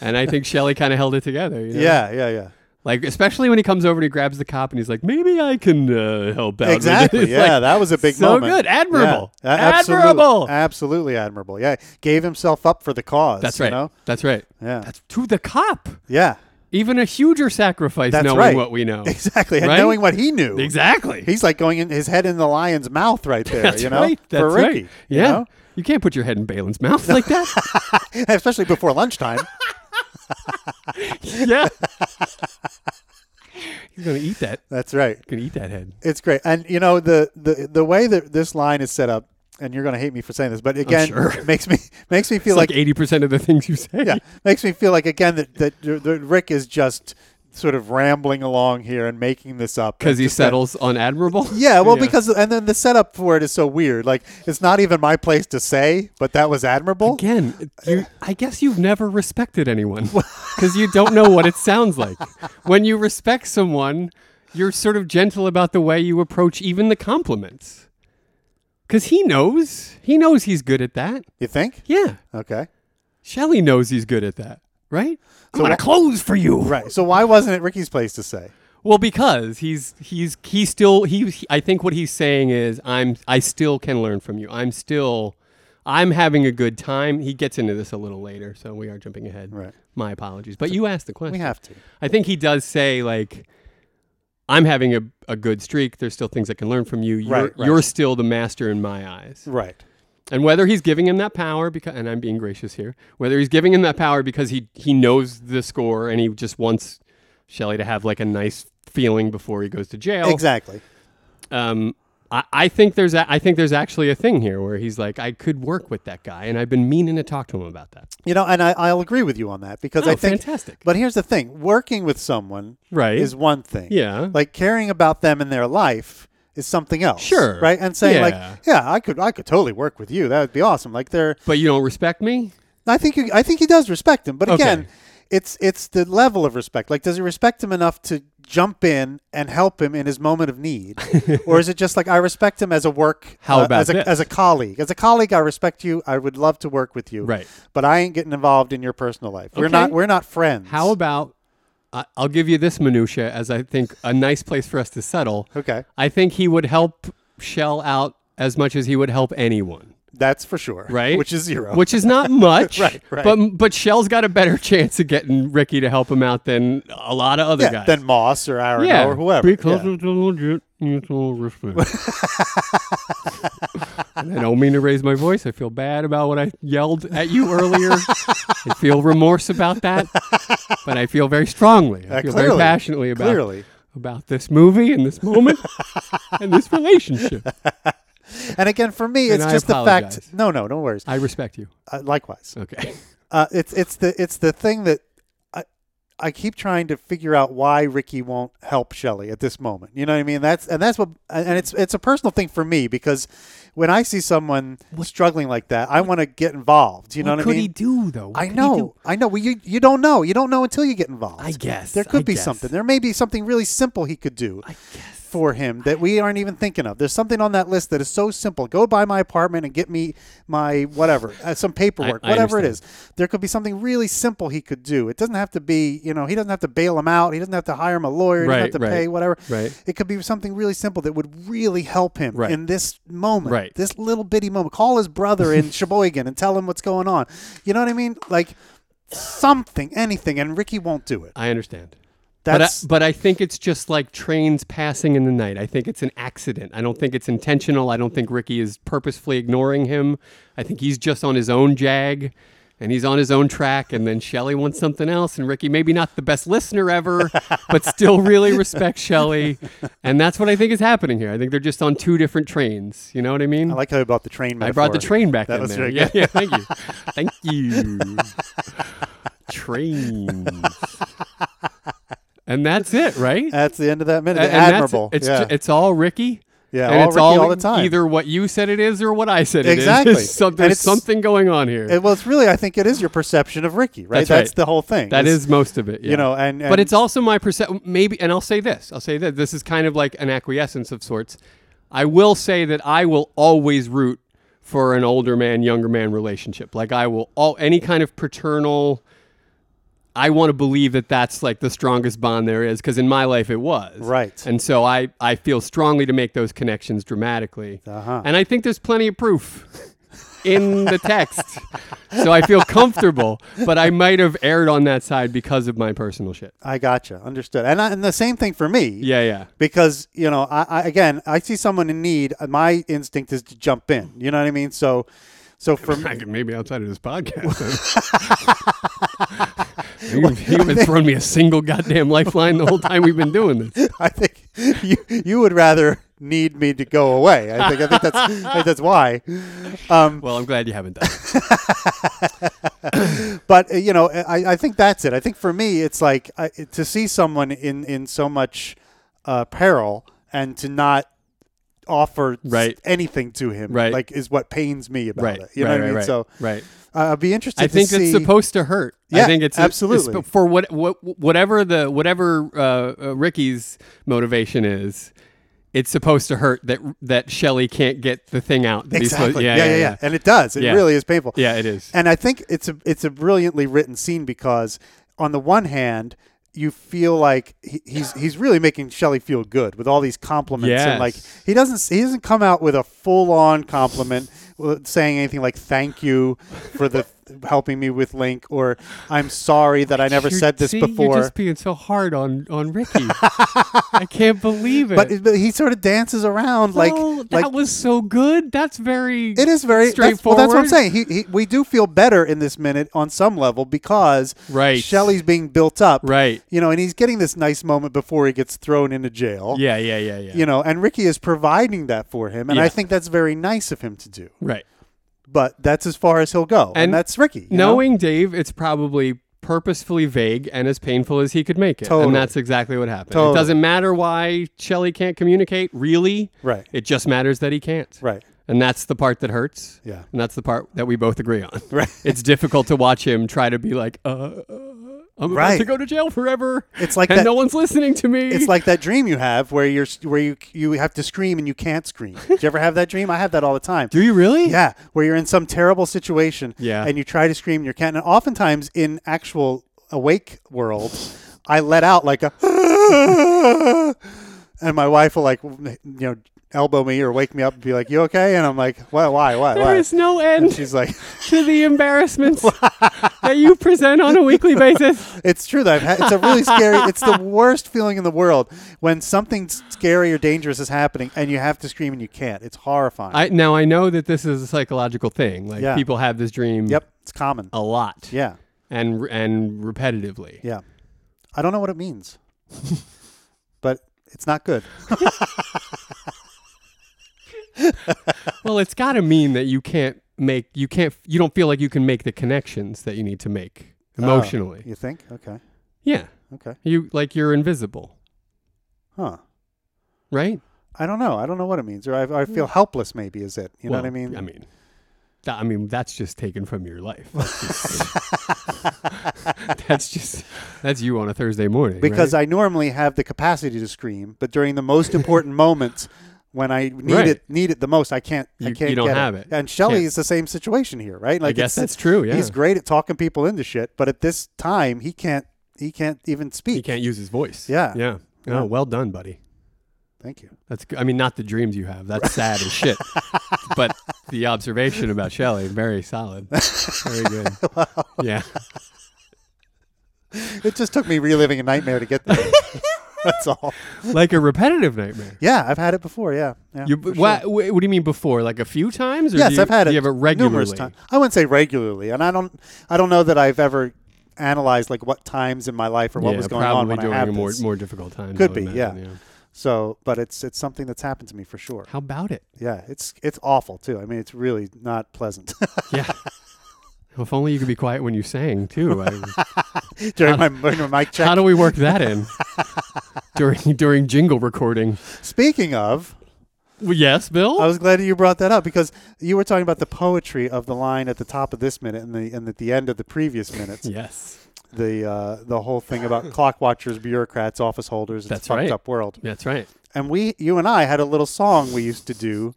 A: And I think Shelley kind of held it together. you know?
B: yeah, yeah, yeah.
A: Like, especially when he comes over and he grabs the cop and he's like, maybe I can uh, help out. with
B: Exactly.
A: this."
B: Yeah,
A: Like,
B: that was a big
A: so
B: moment.
A: good. Admirable.
B: Yeah, a- absolute-
A: Admirable.
B: Absolutely admirable. Yeah, gave himself up for the cause.
A: that's right.
B: You know?
A: That's right.
B: Yeah.
A: That's to the cop.
B: yeah.
A: Even a huger sacrifice
B: That's
A: knowing
B: right.
A: what we know.
B: Exactly. And
A: Right?
B: knowing what he knew.
A: Exactly.
B: He's like going in his head in the lion's mouth right there.
A: that's
B: you know,
A: right. That's
B: for Ricky.
A: right.
B: you
A: Yeah.
B: know?
A: You can't put your head in Balin's mouth like that.
B: Especially before lunchtime.
A: yeah. He's gonna eat that.
B: that's right.
A: Gonna eat that head.
B: It's great. And you know the the the way that this line is set up. And you're going to hate me for saying this, but again,
A: Oh, sure.
B: makes me makes me feel
A: It's like
B: like
A: eighty percent of the things you say.
B: yeah, makes me feel like again that, that that Rick is just sort of rambling along here and making this up
A: Because he
B: Just that-
A: settles on admirable.
B: Yeah, well, because and then the setup for it is so weird. Like it's not even my place to say, but that was admirable.
A: again,
B: Uh,
A: you, I guess you've never respected anyone because you don't know what it sounds like. When you respect someone, you're sort of gentle about the way you approach even the compliments. Because he knows, he knows he's good at that.
B: You think?
A: Yeah,
B: Okay.
A: Shelley knows he's good at that, right? I'm
B: So
A: gonna
B: wh-
A: close for you,
B: Right. So why wasn't it Ricky's place to say?
A: Well, because he's he's he's still he, he- I think what he's saying is I'm I still can learn from you. I'm still I'm having a good time. He gets into this a little later, so we are jumping ahead.
B: Right.
A: My apologies. But you asked the question.
B: We have to.
A: I think he does say like I'm having a, a good streak. There's still things I can learn from you. You're,
B: Right, right.
A: you're still the master in my eyes.
B: Right.
A: And whether he's giving him that power because and I'm being gracious here, whether he's giving him that power because he he knows the score and he just wants Shelley to have like a nice feeling before he goes to jail.
B: Exactly.
A: Um I, I think there's a, I think there's actually a thing here where he's like, I could work with that guy and I've been meaning to talk to him about that.
B: You know, and I, I'll agree with you on that because
A: Oh,
B: I think.
A: fantastic.
B: But here's the thing: working with someone
A: Right.
B: is one thing.
A: Yeah.
B: Like caring about them in their life is something else.
A: Sure.
B: Right. And saying
A: Yeah.
B: like, yeah, I could, I could totally work with you. That would be awesome. Like they're
A: But you don't respect me?
B: I think you, I think he does respect him, but
A: Okay.
B: again, it's it's the level of respect. Like, does he respect him enough to jump in and help him in his moment of need, or is it just like I respect him as a work, uh,
A: How about
B: as
A: this?
B: a, as a colleague, as a colleague? I respect you. I would love to work with you,
A: Right.
B: But I ain't getting involved in your personal life. We're
A: Okay.
B: not we're not friends.
A: How about I I'll give you this minutia as I think a nice place for us to settle.
B: Okay,
A: I think he would help Shell out as much as he would help anyone.
B: that's for sure.
A: right?
B: Which is zero.
A: Which is not much,
B: Right, right.
A: But but Shell's got a better chance of getting Ricky to help him out than a lot of other
B: yeah,
A: guys.
B: then Moss or Aaron
A: yeah,
B: or whoever.
A: Because
B: Yeah.
A: it's a legit mutual respect. and I don't mean to raise my voice. I feel bad about what I yelled at you earlier. I feel remorse about that, but I feel very strongly. I
B: Uh,
A: feel very
B: clearly,
A: passionately about
B: clearly.
A: about this movie and this moment and this relationship.
B: And again, for me,
A: And
B: it's
A: I
B: just the
A: apologize.
B: fact. No, no, no worries.
A: I respect you.
B: Uh, likewise.
A: Okay.
B: Uh, it's it's the it's the thing that I I keep trying to figure out why Ricky won't help Shelley at this moment. You know what I mean? That's and that's what and it's it's a personal thing for me because when I see someone struggling like that, I want to get involved. You know
A: what
B: what I
A: could
B: mean?
A: he do though? What
B: I
A: could he do?
B: know, I know. Well, you you don't know. You don't know until you get involved.
A: I guess,
B: there could
A: I
B: be
A: guess.
B: something. There may be something really simple he could do for him that we aren't even thinking of. There's something on that list that is so simple. Go by my apartment and get me my whatever, uh, some paperwork,
A: I
B: whatever it is.
A: understand.
B: There could be something really simple he could do. It doesn't have to be, you know, he doesn't have to bail him out. He doesn't have to hire him a lawyer. He
A: Right,
B: doesn't have to
A: right,
B: pay whatever.
A: right.
B: It could be something really simple that would really help him
A: Right.
B: in this moment,
A: Right.
B: this little bitty moment. Call his brother in Sheboygan and tell him what's going on. You know what I mean? Like something, anything, and Ricky won't do it.
A: I understand.
B: That's
A: but I, but I think it's just like trains passing in the night. I think it's an accident. I don't think it's intentional. I don't think Ricky is purposefully ignoring him. I think he's just on his own jag and he's on his own track and then Shelley wants something else and Ricky maybe not the best listener ever but still really respects Shelley and that's what I think is happening here. I think they're just on two different trains, you know what I mean?
B: I like how you brought the train. Metaphor.
A: I brought the train back
B: That
A: in
B: was
A: there.
B: really
A: yeah,
B: good.
A: yeah, thank you. Thank you. Trains. and that's it, right?
B: That's the end of that minute.
A: A- and that's-
B: Admirable.
A: it's
B: yeah.
A: ju- it's all Ricky.
B: Yeah,
A: and
B: all
A: it's
B: Ricky
A: all,
B: all the time.
A: Either what you said it is or what I said it is.
B: Exactly.
A: It's some-
B: And
A: there's
B: it's-
A: something going on here.
B: It- well, it's really. I think it is your perception of Ricky, right?
A: That's
B: That's,
A: right.
B: the whole thing.
A: That
B: It's-
A: is most of it. yeah.
B: know, and-
A: but
B: and-
A: it's also my perception. Maybe, and I'll say this. I'll say that this is kind of like an acquiescence of sorts. I will say that I will always root for an older man, younger man relationship. Like I will all any kind of paternal. I want to believe that that's like the strongest bond there is because in my life it was
B: Right.
A: and so I I feel strongly to make those connections dramatically,
B: Uh-huh.
A: and I think there's plenty of proof in the text. so I feel comfortable, but I might have erred on that side because of my personal shit.
B: I gotcha. Understood. And I, and the same thing for me.
A: Yeah, yeah.
B: Because you know, I, I again, I see someone in need. My instinct is to jump in. You know what I mean? So, so for me,
A: I could maybe outside of this podcast. you, you haven't thrown me a single goddamn lifeline the whole time we've been doing this.
B: I think you you would rather need me to go away. I think I think that's I think that's why. Um,
A: Well, I'm glad you haven't done. it.
B: but uh, you know, I, I think that's it. I think for me, it's like I, to see someone in in so much uh, peril and to not offer s-
A: Right.
B: anything to him,
A: Right.
B: like is what pains me about
A: Right.
B: it. You know
A: right,
B: what I
A: right,
B: mean?
A: right,
B: So
A: right.
B: uh, I'd be interested.
A: I
B: to
A: think
B: see,
A: it's supposed to hurt. I
B: Yeah,
A: think it's
B: absolutely.
A: it's for what what whatever the whatever uh, uh, Ricky's motivation is. It's supposed to hurt that that Shelley can't get the thing out. That he's
B: Exactly.
A: supposed-
B: yeah, yeah, yeah, And it does. It
A: Yeah.
B: really is painful.
A: Yeah, it is.
B: And I think it's a it's a brilliantly written scene because on the one hand, you feel like he, he's he's really making Shelley feel good with all these compliments
A: Yes.
B: and like he doesn't he doesn't come out with a full on compliment with- saying anything like thank you for the helping me with Link or I'm sorry that I never
A: You're-
B: said this
A: see,
B: before.
A: You're just being so hard on on Ricky. I can't believe it.
B: but, it- but he sort of dances around like
A: Well,
B: like
A: that was so good. That's very.
B: It is very that's-
A: straightforward.
B: well, that's what I'm saying. He, he, we do feel better in this minute on some level because
A: Right.
B: Shelley's being built up,
A: Right.
B: You know, and he's getting this nice moment before he gets thrown into jail.
A: Yeah, yeah, yeah, yeah.
B: You know, and Ricky is providing that for him, and
A: Yeah.
B: I think that's very nice of him to do.
A: right.
B: But that's as far as he'll go, and,
A: And
B: that's Ricky. you know?
A: Knowing Dave, it's probably purposefully vague and as painful as he could make it.
B: Totally.
A: And that's exactly what happened. It
B: Totally.
A: doesn't matter why Shelley can't communicate, really.
B: Right.
A: It just matters that he can't.
B: right?
A: And that's the part that hurts.
B: Yeah.
A: And that's the part that we both agree on.
B: Right.
A: It's difficult to watch him try to be like, uh, uh I'm about
B: Right.
A: to go to jail forever.
B: It's like
A: and
B: that-
A: no one's listening to me.
B: It's like that dream you have where you're where you you have to scream and you can't scream. Did you ever have that dream? I have that all the time.
A: do you really?
B: Yeah, where you're in some terrible situation.
A: Yeah.
B: And you try to scream, and you can't. And oftentimes in actual awake world, I let out like a, and my wife will like, you know, elbow me or wake me up and be like, "You okay?" And I'm like, "Why? Why? Why?
A: There
B: Why?"
A: is no end.
B: She's like,
A: to the embarrassments that you present on a weekly basis.
B: "It's true that I've had, it's a really scary. It's the worst feeling in the world when something scary or dangerous is happening and you have to scream and you can't. It's horrifying.
A: I now I know that this is a psychological thing. Like
B: Yeah.
A: people have this dream
B: yep, it's common.
A: a lot.
B: Yeah,
A: And and repetitively.
B: yeah. I don't know what it means, but it's not good.
A: Well, it's got to mean that you can't make you can't you don't feel like you can make the connections that you need to make
B: Oh.
A: emotionally.
B: You think? Okay.
A: yeah.
B: Okay.
A: You like you're invisible,
B: Huh.
A: right?
B: I don't know. I don't know what it means. Or I, I feel helpless. Maybe is it? You know what I mean?
A: Hmm. I mean, that, I mean that's just taken from your life. That's just, that's, just- that's you on a Thursday morning.
B: because
A: right?
B: I normally have the capacity to scream, but during the most important moments, when I need
A: Right.
B: it, need it the most, I can't. I
A: You-
B: can't
A: you don't
B: get
A: have it.
B: And Shelley
A: Can't.
B: is the same situation here, right? Like
A: guess
B: it's-
A: that's true, yeah.
B: he's great at talking people into shit, but at this time, he can't. He can't even speak.
A: he can't use his voice.
B: Yeah.
A: Yeah. Oh,
B: Yeah.
A: well done, buddy.
B: Thank you.
A: That's. g- I mean, not the dreams you have. That's sad as shit. But the observation about Shelley, very solid. Very good. Yeah.
B: It just took me reliving a nightmare to get there. That's all.
A: like a repetitive nightmare.
B: Yeah, I've had it before. Yeah. yeah
A: You,
B: for sure.
A: wha- wh- what, do you mean before? Like a few times? Or
B: yes,
A: do you,
B: I've had
A: do
B: it.
A: You have it regularly.
B: Numerous times. I wouldn't say regularly, and I don't. I don't know that I've ever analyzed like what times in my life or what
A: yeah,
B: was going
A: probably
B: on when
A: during
B: I had
A: a more
B: this.
A: more difficult time.
B: Could
A: I would
B: be, yeah.
A: imagine,
B: So, but it's it's something that's happened to me for sure.
A: How about it?
B: Yeah, it's it's awful too. I mean, it's really not pleasant.
A: Yeah. if only you could be quiet when you sang too. I,
B: during my, my mic check.
A: how do we work that in during during jingle recording?
B: Speaking of,
A: Well, yes, Bill.
B: I was glad you brought that up because you were talking about the poetry of the line at the top of this minute and the and at the end of the previous minutes.
A: yes,
B: The uh, the whole thing about clock watchers, bureaucrats, office holders. It's
A: That's
B: a fucked
A: right.
B: up world.
A: that's right.
B: And we, you and I, had a little song we used to do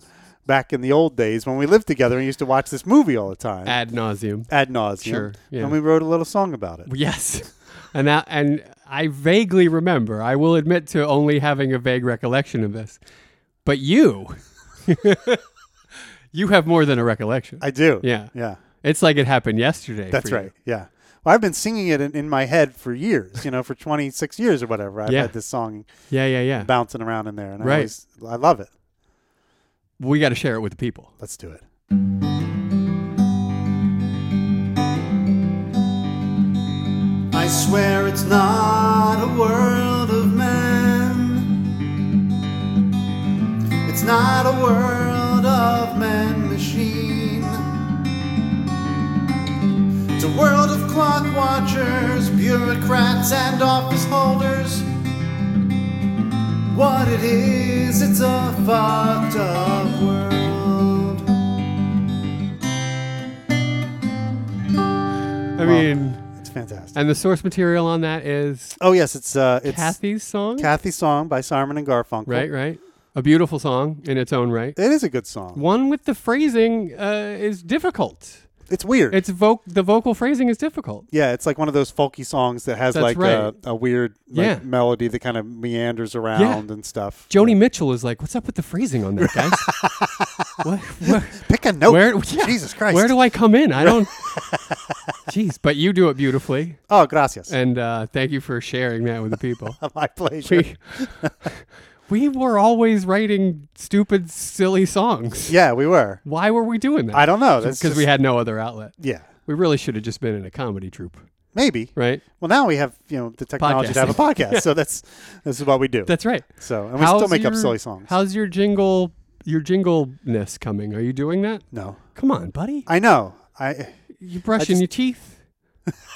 B: back in the old days when we lived together and used to watch this movie all the time
A: Ad nauseum.
B: ad nauseum.
A: Sure, yeah.
B: And we wrote a little song about it.
A: Yes. And that, and I vaguely remember. I will admit to only having a vague recollection of this. But you you have more than a recollection.
B: I do.
A: Yeah.
B: Yeah.
A: It's like it happened yesterday.
B: That's
A: for you.
B: right. Yeah. Well, I've been singing it in, in my head for years, you know, for 26 years or whatever. I've
A: Yeah.
B: had this song
A: Yeah, yeah, yeah.
B: bouncing around in there. And I,
A: Right.
B: always, I love it.
A: we got to share it with the people.
B: Let's do it.
D: I swear it's not a world of men. It's not a world of men machine. It's a world of clock watchers, bureaucrats, and office holders. What it is, it's a fucked up world.
A: I mean,
B: It's fantastic.
A: and the source material on that is
B: Oh, yes. It's uh, it's
A: Kathy's song,
B: Kathy's song by Simon and Garfunkel.
A: right? Right. A beautiful song in its own right.
B: It is a good song.
A: One with the phrasing uh, is difficult.
B: It's weird.
A: It's voc- the vocal phrasing is difficult.
B: yeah, it's like one of those folky songs that has
A: That's
B: like
A: right.
B: a, a weird like,
A: Yeah.
B: melody that kind of meanders around and stuff.
A: Joni Mitchell is like, "What's up with the phrasing on that, guys? what, where,
B: Pick a note.
A: where- yeah,
B: Jesus Christ.
A: where do I come in? I don't." Jeez, but you do it beautifully,
B: oh, gracias.
A: and uh, thank you for sharing that with the people.
B: my pleasure.
A: we, we were always writing stupid, silly songs.
B: yeah, we were.
A: Why were we doing that?
B: I don't know. That's
A: because we
B: just-
A: had no other outlet.
B: Yeah,
A: We really should have just been in a comedy troupe,
B: maybe.
A: right?
B: Well, now we have you know the technology to have a podcast, so that's this is what we do.
A: That's right.
B: so and we still make up silly songs.
A: How's your jingle? Your jingleness coming? Are you doing that?
B: no,
A: Come on, buddy.
B: I know. I
A: You're brushing
B: just-
A: your teeth.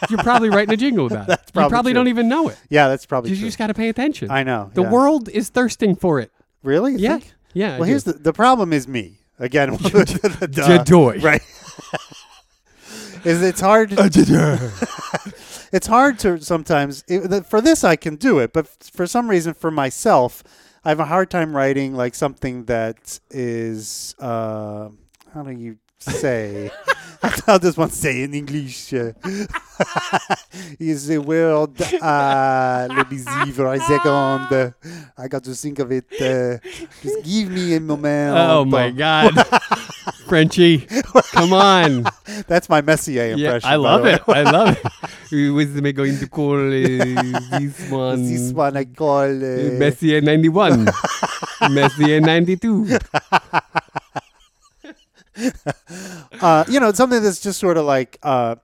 A: You're probably writing a jingle about it.
B: probably
A: you probably
B: true.
A: don't even know it.
B: yeah, that's probably
A: You
B: true.
A: just got to pay attention.
B: I know,
A: The
B: yeah.
A: world is thirsting for it.
B: really. You
A: Yeah.
B: think?
A: Yeah.
B: Well, here's the the problem is me again.
A: the doy.
B: right? is it's hard. it's hard to sometimes it, the- for this I can do it, but f- for some reason for myself, I have a hard time writing like something that is uh, how do you say? how does one say in English? uh, is the world uh, let me see for a second. I got to think of it. Uh, just give me a moment.
A: Oh my God, Frenchie, come on!
B: That's my Messier
A: Yeah,
B: impression.
A: I
B: by
A: love
B: the way.
A: it. I love it. We was me going to call uh, this one
B: This one I call uh,
A: Messier ninety one, Messier ninety two.
B: uh, you know, something that's just sort of like uh,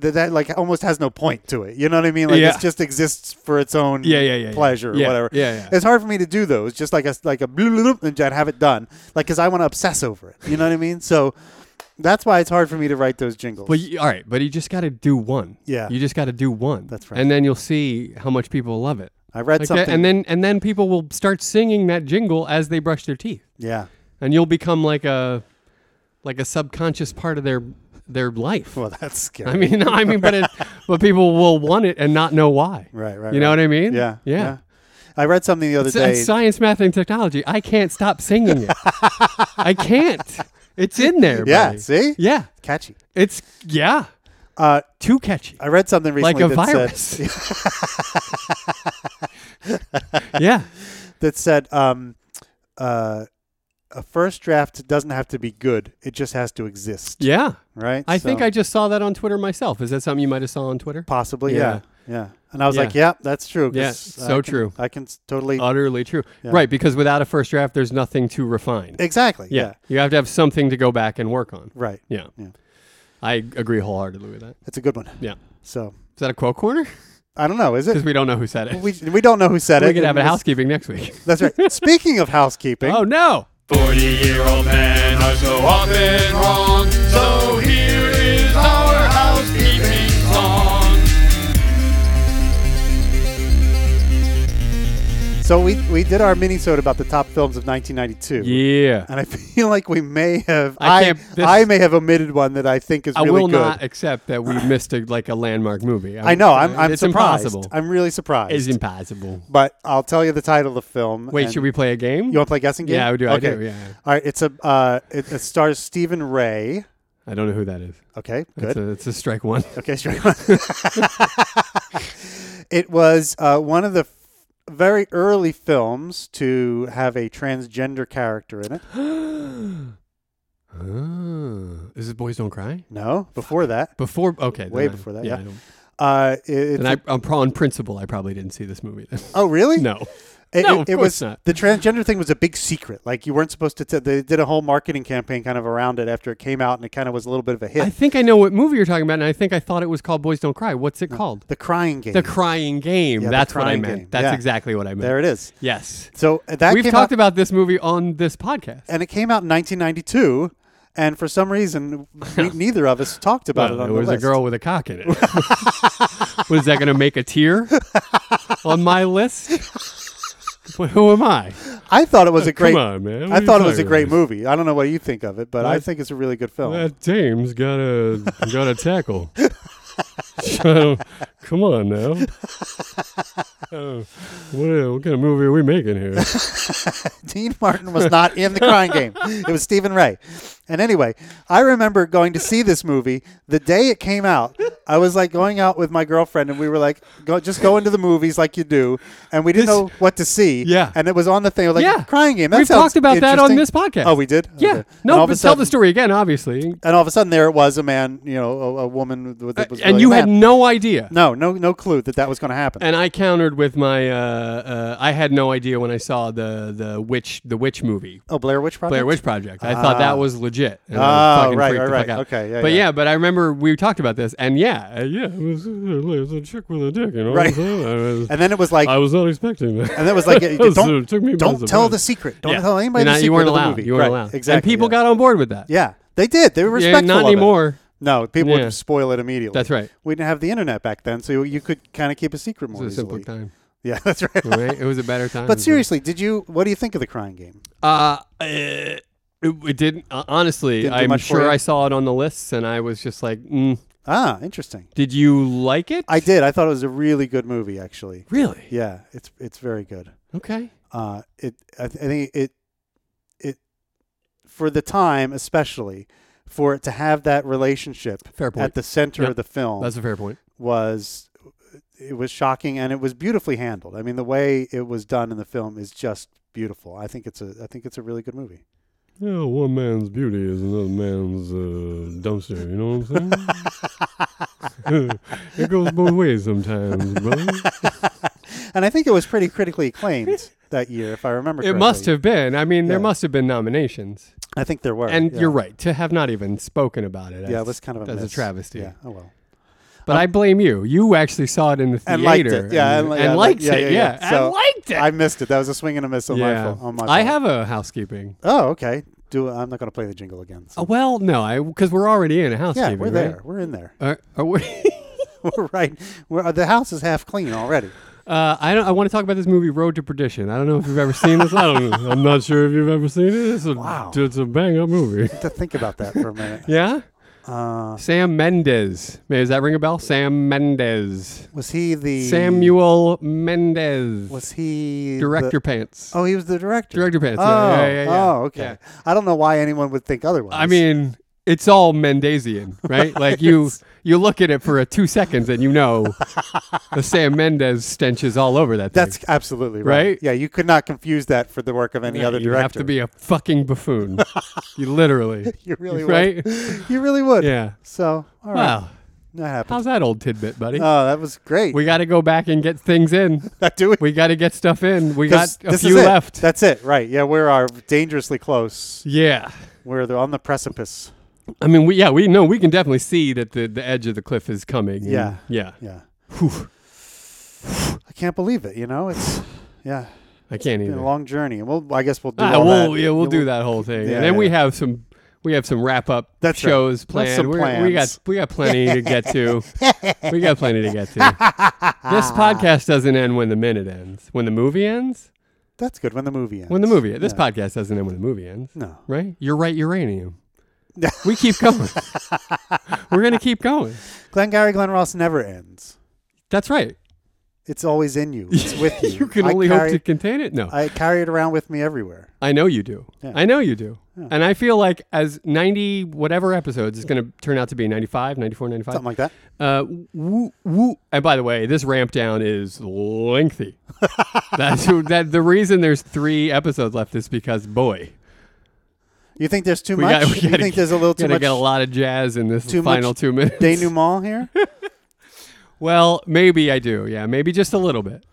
B: that, that like almost has no point to it. You know what I mean? Like
A: Yeah.
B: it just exists for its own
A: Yeah, yeah, yeah, yeah.
B: pleasure
A: Yeah,
B: or whatever.
A: yeah, yeah.
B: It's hard for me to do those. Just like a like a bloop, bloop, bloop, and just have it done. Like because I want to obsess over it. You know what I mean? So that's why it's hard for me to write those jingles.
A: But you, all right, but you just got to do one.
B: Yeah.
A: you just got to do one.
B: That's right.
A: And then you'll see how much people love it.
B: I
A: Like
B: read
A: that-
B: something.
A: and then and then people will start singing that jingle as they brush their teeth,
B: yeah.
A: and you'll become like a like a subconscious part of their their life.
B: Well, that's scary.
A: I mean, no, I mean, but it, but people will want it and not know why.
B: right, right.
A: You know
B: right.
A: what I mean?
B: Yeah,
A: yeah.
B: I read something the other
A: It's- it's
B: day.
A: science, math, and technology. I can't stop singing it. I can't. It's in there.
B: yeah.
A: buddy.
B: See.
A: Yeah.
B: Catchy.
A: It's yeah.
B: Uh,
A: Too catchy.
B: I read something
A: like
B: recently
A: a
B: that said-
A: virus. yeah.
B: that said, um, uh, a first draft doesn't have to be good; it just has to exist,
A: Yeah.
B: right?
A: I think
B: So-
A: I just saw that on Twitter myself. Is that something you might have saw on Twitter?
B: possibly,
A: Yeah.
B: yeah, yeah. And I was
A: Yeah.
B: like, "Yep, that's true." 'cause
A: Yeah,
B: I
A: so
B: can-
A: true. Uh,
B: I can s- totally
A: Utterly true.
B: Yeah.
A: Right, because without a first draft, there's nothing to refine.
B: exactly.
A: yeah.
B: yeah.
A: You have to have something to go back and work on.
B: Right.
A: Yeah.
B: Yeah.
A: I agree wholeheartedly with that.
B: That's a good one.
A: Yeah. Is
B: So
A: that a quote corner?
B: I don't know. Is
A: Because
B: it?
A: we don't know who said it.
B: We, we don't know who said it.
A: We could have a
B: It's-
A: housekeeping next week.
B: That's right. Speaking of housekeeping,
A: Oh, no.
C: 40 year old men are so often wrong. So here is our housekeeping song.
B: so we we did our mini about the top films of 1992.
A: Yeah.
B: And I feel like we may have
A: I
B: I I,
A: can't- this-
B: may have omitted one that I think is
A: I
B: really
A: will
B: good.
A: not accept that we missed a, like a landmark movie.
B: I know. I'm, I'm
A: it's
B: surprised.
A: impossible.
B: I'm really surprised.
A: it's impossible.
B: but I'll tell you the title of the film.
A: Wait,
B: and-
A: should we play a game?
B: You want to play guessing game?
A: Yeah, I would do.
B: Okay.
A: I do. Yeah.
B: All right. It's a. Uh, it, it stars Stephen Ray.
A: I don't know who that is.
B: Okay.
A: It's
B: Good.
A: a, it's a strike one.
B: okay. Sure. it was uh, one of the f- very early films to have a transgender character in it.
A: oh. Is it Boys Don't Cry?
B: No, before that.
A: Before okay, then
B: Way
A: I-
B: before that, yeah.
A: I don't-
B: Uh, it, it's
A: and
B: a-
A: I, I'm pro- on principle. I probably didn't see this movie. Then.
B: oh, really?
A: no,
B: It,
A: No,
B: it-
A: of
B: it
A: course
B: was
A: not.
B: the transgender thing was a big secret. Like you weren't supposed to. T- they did a whole marketing campaign kind of around it after it came out, and it kind of was a little bit of a hit.
A: I think I know what movie you're talking about, and I think I thought it was called Boys Don't Cry. What's it called?
B: the crying game.
A: The Crying Game.
B: Yeah, The
A: That's
B: Crying
A: what I meant.
B: Game.
A: That's
B: Yeah.
A: exactly what I meant.
B: there it is.
A: Yes.
B: So uh, that
A: We've
B: came
A: talked
B: out,
A: about this movie on this podcast.
B: and it came out in 1992. And for some reason, we, neither of us talked about
A: Well,
B: it on
A: there
B: the
A: was
B: list.
A: a girl with a cock in it. was that going to make a tear on my list? Well, who am I?
B: I thought it was a great.
A: Come on, man.
B: I thought it was a great movie. I don't know what you think of it, but I
A: What?
B: think it's a really good film.
A: That dame's got a got a tackle. So, come on now. Uh, what, what kind of movie are we making here?
B: Dean Martin was not in the crying game. It was Stephen Ray. And anyway, I remember going to see this movie the day it came out. I was like going out with my girlfriend, and we were like, go, just go into the movies like you do. And we didn't
A: This-
B: know what to see.
A: Yeah.
B: And it was on the thing. Like,
A: Yeah.
B: crying game. That
A: We've
B: sounds
A: talked about that on
B: interesting.
A: this podcast.
B: Oh, we did?
A: Yeah.
B: Okay. And
A: No,
B: all
A: but
B: of a
A: tell
B: sudden-
A: the story again, obviously.
B: And all of a sudden, there it was a man, you know, a, a woman with, that was
A: And
B: really
A: you
B: a
A: had
B: man.
A: no idea.
B: no, no, no clue that that was going to happen.
A: And I countered with my. Uh, uh, I had no idea when I saw the the witch the witch movie
B: oh, Blair Witch Project.
A: Blair Witch Project. I thought
B: Ah.
A: that was legit. And I
B: Ah,
A: was fucking
B: right,
A: freaked the
B: right,
A: fuck
B: right.
A: out.
B: Okay, yeah,
A: but
B: yeah.
A: yeah. but I remember we talked about this, and yeah, uh, yeah, it was, it was a chick with a dick. You know what
B: Right.
A: I'm saying? I was,
B: And then it was like,
A: I was not expecting that.
B: and that was like, it-
A: So
B: don't,
A: Oh. it took me by
B: don't tell
A: surprise.
B: the secret. Don't
A: Yeah.
B: tell anybody
A: You're not-
B: the secret
A: you weren't
B: of the
A: allowed.
B: movie.
A: You weren't
B: Right,
A: allowed.
B: Exactly.
A: And people
B: yeah.
A: got on board with that.
B: Yeah, they did. They were
A: yeah
B: respectful.
A: not
B: of it.
A: anymore.
B: No, people
A: Yeah.
B: would spoil it immediately.
A: That's right.
B: We didn't have the internet back then, so you could kind of keep a secret
A: It
B: more
A: was a
B: easily.
A: simpler time,
B: Yeah, that's right.
A: right? It was a better time.
B: But seriously, did you? What do you think of the crying game?
A: Uh, uh, it, it didn't. Uh, honestly,
B: Didn't do
A: I'm
B: much for
A: sure
B: you?
A: I saw it on the lists, and I was just like, mm,
B: Ah, interesting.
A: "Did you like it?"
B: I did. I thought it was a really good movie, actually.
A: really.
B: Yeah, it's it's very good.
A: Okay.
B: Uh, it I, th- I think it it for the time, especially for it to have that relationship
A: Fair point.
B: at the center
A: Yep.
B: of the film.
A: That's a fair point.
B: was it was shocking and it was beautifully handled. I mean, the way it was done in the film is just beautiful. I think it's a I think it's a really good movie.
E: Yeah, one man's beauty is another man's uh, dumpster. You know what I'm saying? it goes both ways sometimes, brother.
B: And I think it was pretty critically acclaimed that year, if I remember.
A: It
B: correctly.
A: must have been. I mean,
B: Yeah.
A: there must have been nominations.
B: I think there were.
A: And
B: yeah.
A: you're right to have not even spoken about it.
B: Yeah,
A: as-
B: it was kind of a
A: as a
B: miss.
A: travesty.
B: Yeah. Oh well.
A: But I blame you. You actually saw it in the theater
B: And liked it. Yeah.
A: and,
B: li-
A: and
B: yeah,
A: liked it. Yeah,
B: So
A: and liked it.
B: I missed it. That was a swing and a miss on my
A: Yeah.
B: fault. On
A: I
B: my fault.
A: have a housekeeping.
B: Oh, okay. Do I'm not going to play the jingle again. so-
A: Uh, well, no, I because we're already in a
B: Oh. yeah,
A: housekeeping.
B: we're
A: right?
B: there. We're in there.
A: Are, are we?
B: we're right. We're, the house is half clean already.
A: Uh, I don't, I want to talk about this movie, Road to Perdition. I don't know if you've ever seen this. I don't know.
E: I'm not sure if you've ever seen it. It's a,
B: Wow.
E: it's a bang up movie.
B: to think about that for a minute.
A: Yeah,
B: Uh,
A: Sam Mendes. May does that ring a bell? Sam Mendes.
B: was he the
A: Samuel Mendes.
B: Was he the-
A: director pants?
B: Oh, he was the director.
A: Director pants.
B: Oh,
A: yeah, yeah, yeah, yeah.
B: oh, okay.
A: Yeah.
B: I don't know why anyone would think otherwise.
A: I mean, it's all Mendesian, right? Like you, you look at it for a two seconds and you know the Sam Mendes stench is all over that. thing.
B: that's absolutely right.
A: Right?
B: Yeah, you could not confuse that for the work of any
A: Yeah,
B: other
A: you
B: director.
A: have to be a fucking buffoon. you literally.
B: You really would.
A: right?
B: You really would.
A: Yeah.
B: So, all right.
A: Wow.
B: That happened.
A: How's that old tidbit, buddy?
B: Oh, that was great.
A: we got to go back and get things in.
B: do it.
A: We got to get stuff in. We
B: 'Cause
A: got a
B: this
A: few
B: is it.
A: left.
B: That's it, right? Yeah, we are dangerously close.
A: yeah.
B: We're the- on the precipice.
A: I mean, we yeah, we know we can definitely see that the, the edge of the cliff is coming. and-
B: Yeah.
A: yeah.
B: Yeah. I can't believe it. You know, it's yeah,
A: I can't
B: been
A: even.
B: a long journey. And we'll, I guess we'll do
A: Ah,
B: all
A: we'll,
B: that.
A: Yeah, we'll
B: Yeah,
A: do that whole thing,
B: Yeah,
A: and then we
B: yeah.
A: have some we have some wrap up
B: That's right.
A: shows
B: Let's
A: planned.
B: some
A: We're- We got
B: plans.
A: we got plenty to get to. we got plenty to get to. this podcast doesn't end when the minute ends. When the movie ends.
B: That's good. When the movie ends.
A: When the movie. This podcast doesn't end when the movie ends.
B: No.
A: Right? You're right. Uranium. we keep going. We're gonna keep going.
B: Glengarry Glen Ross never ends.
A: That's right.
B: It's always in you. It's with you.
A: You can
B: I
A: only hope
B: carry-
A: to contain it. No.
B: I carry it around with me everywhere.
A: I know you do.
B: Yeah.
A: I know you do.
B: Yeah.
A: And I feel like as 90 whatever episodes is going to turn out to be 95, 94, 95.
B: Something like that.
A: uh, woo, woo. And by the way, this ramp down is lengthy. That's that the reason there's 3 episodes left is because boy,
B: You think there's too
A: we
B: much?
A: got we
B: you
A: gotta
B: think there's a little too
A: gotta
B: much
A: get a lot of jazz in this
B: too much
A: final 2 minutes.
B: denouement here?
A: well, maybe I do. Yeah, maybe just a little bit.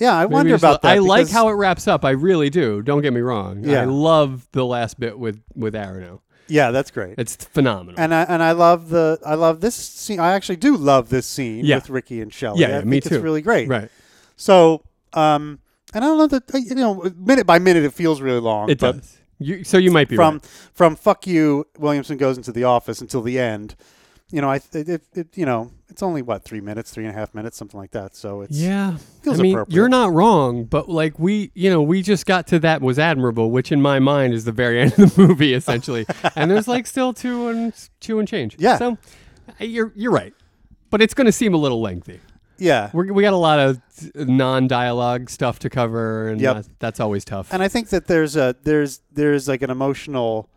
B: Yeah, I
A: Maybe
B: wonder
A: just a-
B: about that.
A: I like
B: because
A: how it wraps up. I really do. Don't get me wrong. I
B: Yeah.
A: love the last bit with with Arano.
B: Yeah, that's great.
A: It's phenomenal.
B: And I and I love the I love this scene. I actually do love this scene
A: Yeah.
B: with Ricky and Shelley.
A: Yeah,
B: I
A: yeah,
B: think
A: me
B: it's
A: too.
B: really great.
A: Right.
B: So, um, and I don't know that you know minute by minute it feels really long.
A: It
B: but
A: does. You, so you might be
B: from
A: right.
B: from fuck you Williamson goes into the office until the end. You know, I it, it, it you know it's only what three minutes, three and a half minutes, something like that. So it's
A: Yeah.
B: feels
A: I mean,
B: appropriate.
A: you're not wrong, but like we, you know, we just got to that was admirable, which in my mind is the very end of the movie essentially. and there's like still two and two and change.
B: Yeah.
A: So uh, you're you're right. But it's going to seem a little lengthy.
B: yeah.
A: We're, we got a lot of non-dialogue stuff to cover, and
B: Yep.
A: that, that's always tough.
B: and I think that there's a there's there's like an emotional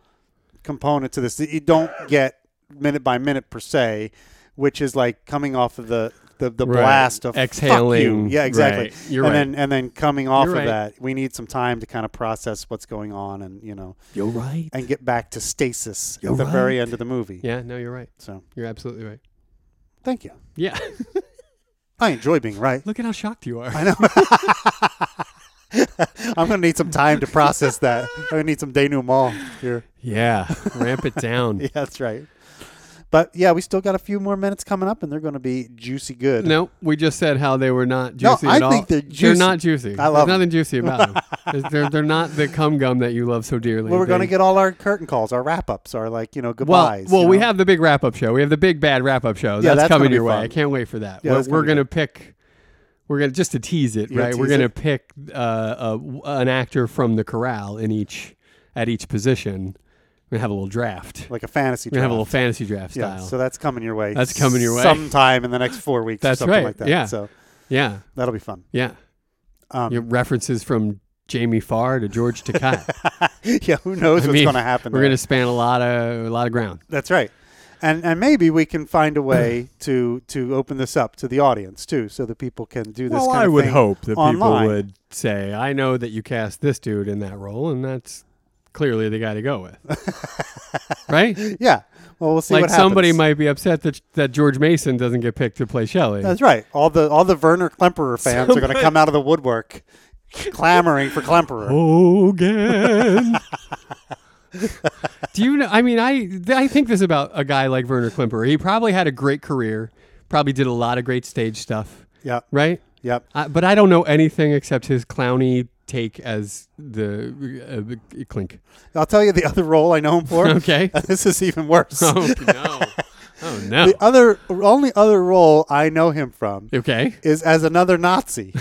B: component to this that you don't get minute by minute per se, which is like coming off of the the, the
A: Right.
B: blast of "Fuck
A: Exhaling.
B: you. Yeah, exactly.
A: Right. You're
B: and
A: right.
B: then and then coming off
A: You're
B: of
A: right.
B: that, we need some time to kind of process what's going on and you know
A: you're right.
B: and get back to stasis
A: You're
B: at the very
A: right.
B: end of the movie.
A: Yeah. No, you're right.
B: So
A: You're absolutely right.
B: thank you.
A: Yeah.
B: I enjoy being right.
A: Look at how shocked you are.
B: I'm gonna need some time to process that. I'm gonna need some denouement here.
A: Yeah. Ramp it down.
B: Yeah, that's right. But yeah, we still got a few more minutes coming up, and they're going to be juicy good.
A: No, we just said how they were not
B: No,
A: juicy
B: I
A: at all.
B: think they're juicy.
A: not juicy.
B: I love
A: There's nothing juicy about them. There's- they're, they're not the cum gum that you love so dearly.
B: Well, we're going to
A: They-
B: get all our curtain calls, our wrap ups, our like you know
A: well,
B: goodbyes.
A: well
B: you
A: we
B: know?
A: have the big wrap up show. We have the big bad wrap up show.
B: Yeah, that's
A: coming
B: gonna be
A: your way.
B: fun.
A: I can't wait for that.
B: Yeah,
A: we're
B: that's
A: we're
B: gonna
A: going
B: be
A: to pick. We're gonna just to tease it,
B: You're gonna
A: right? We're
B: tease
A: gonna
B: it?
A: pick uh, uh, w- an actor from the corral in each at each position. We're gonna have a little draft.
B: like a fantasy.
A: We're gonna have a little
B: draft.
A: fantasy draft
B: yeah.
A: style.
B: So that's coming your way.
A: That's coming your way.
B: sometime in the next four weeks.
A: That's
B: or something
A: right,
B: Like that.
A: yeah.
B: So
A: yeah,
B: that'll be fun.
A: yeah.
B: Um,
A: Your references from Jamie Farr to George Takei.
B: yeah. Who knows
A: I
B: what's
A: mean,
B: going to happen?
A: We're
B: there.
A: going to span a lot of a lot of ground.
B: That's right. And and maybe we can find a way to to open this up to the audience too, so that people can do this. kind of thing online.
A: would say, "I know that you cast this dude in that role, and that's clearly the guy to go with." right?
B: Yeah. Well, we'll see
A: like
B: what
A: somebody
B: happens.
A: might be upset that that George Mason doesn't get picked to play Shelley.
B: That's right. All the all the Werner Klemperer fans are going to come out of the woodwork, clamoring for Klemperer.
A: Oh. Hogan. Do you know? I mean, I th- I think this about a guy like Werner Klimper. He probably had a great career, probably did a lot of great stage stuff,
B: Yep.
A: right?
B: Yep.
A: I, Uh, but I don't know anything except his clowny take as the uh, uh, clink.
B: I'll tell you the other role I know him for.
A: Okay.
B: This is even worse.
A: Oh no! Oh no!
B: The other only other role I know him from
A: Okay.
B: is as another Nazi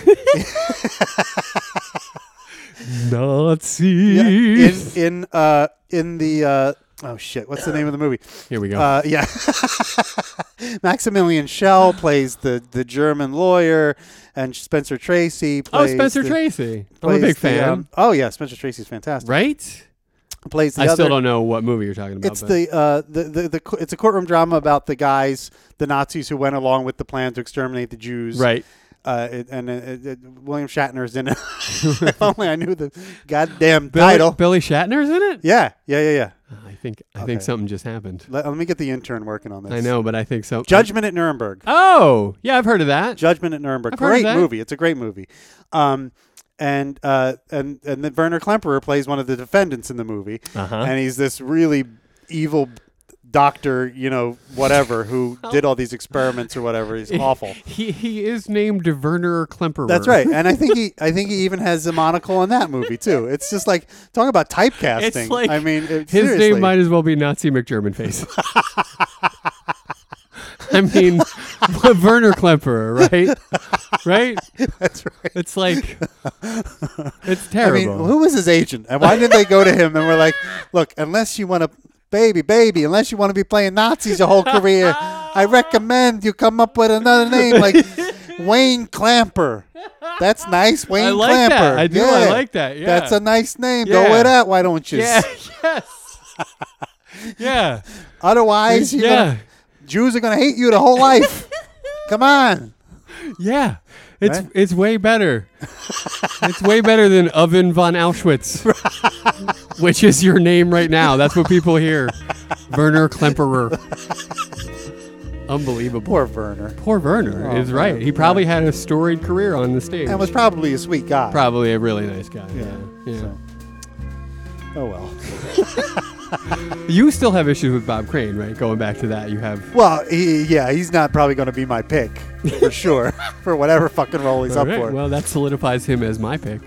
A: Nazi.
B: in in uh in the uh oh shit what's the name of the movie
A: Here we go.
B: uh yeah Maximilian Schell plays the the German lawyer and Spencer Tracy
A: oh,
B: plays
A: Spencer
B: the-
A: Tracy. I'm a
B: plays
A: big
B: the,
A: fan.
B: um, oh yeah Spencer Tracy's fantastic
A: right?
B: plays the
A: I
B: other
A: still don't know what movie you're talking about.
B: It's
A: but-
B: the, uh, the, the the co- it's a courtroom drama about the guys, the Nazis who went along with the plan to exterminate the Jews.
A: right.
B: Uh, it, and uh, it, it- William Shatner's in it. if only I knew the goddamn
A: Billy,
B: title.
A: Billy Shatner's in it.
B: Yeah, yeah, yeah, yeah.
A: I think I
B: Okay.
A: think something just happened.
B: Let, let me get the intern working on this.
A: I know, but I think so.
B: Judgment at Nuremberg.
A: Oh, yeah, I've heard of that.
B: Judgment at Nuremberg.
A: I've heard of
B: great
A: that.
B: movie. It's a great movie. Um, and uh, and and then Werner Klemperer plays one of the defendants in the movie,
A: Uh-huh.
B: and he's this really evil doctor, you know, whatever, who did all these experiments or whatever. He's awful.
A: He he is named Werner Klemperer.
B: That's right, and I think he, I think he even has a monocle in that movie too. It's just like talking about typecasting.
A: It's like
B: I mean, it-
A: His
B: seriously.
A: name might as well be Nazi McGermanface. I mean, Werner Klemperer, right? Right?
B: That's right.
A: It's like, it's
B: I
A: terrible.
B: mean, who was his agent, and why didn't they go to him and were like, "Look, unless you want to, baby, baby, unless you want to be playing Nazis your whole career, I recommend you come up with another name like Wayne Clamper. That's nice, Wayne
A: I like
B: Clamper.
A: that. I do. I like that. Yeah.
B: That's a nice name. Go
A: Yeah.
B: with that. Why don't you?
A: yeah. yes. yeah.
B: Otherwise, you're
A: yeah.
B: gonna- Jews are gonna hate you the whole life. come on.
A: Yeah. It's
B: Right?
A: it's way better. it's way better than Oven von Auschwitz, which is your name right now. That's what people hear. Werner Klemperer. Unbelievable.
B: Poor Werner. Oh,
A: Poor Werner is right. He probably had a storied career on the stage.
B: And was probably a sweet guy.
A: probably a really nice guy.
B: Yeah.
A: yeah.
B: so. Oh well.
A: You still have issues with Bob Crane, right? Going back to that, you have.
B: Well, he, yeah, he's not probably going to be my pick for sure for whatever fucking role he's
A: All
B: up
A: right,
B: for.
A: well, that solidifies him as my pick.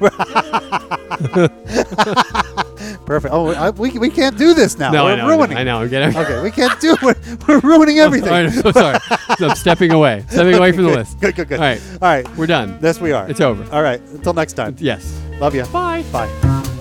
B: Perfect. Oh, I, we, we can't do this now.
A: no,
B: we're
A: I know. I know,
B: ruining.
A: I know. I'm getting.
B: Okay, we can't do. We're, we're ruining everything.
A: All right, I'm so sorry. No, I'm stepping away. Stepping away from the
B: Good,
A: list.
B: Good, good, good.
A: All right.
B: All right.
A: We're done.
B: Yes, we are.
A: It's over.
B: All right. Until next time.
A: Yes.
B: Love you.
A: Bye.
B: Bye.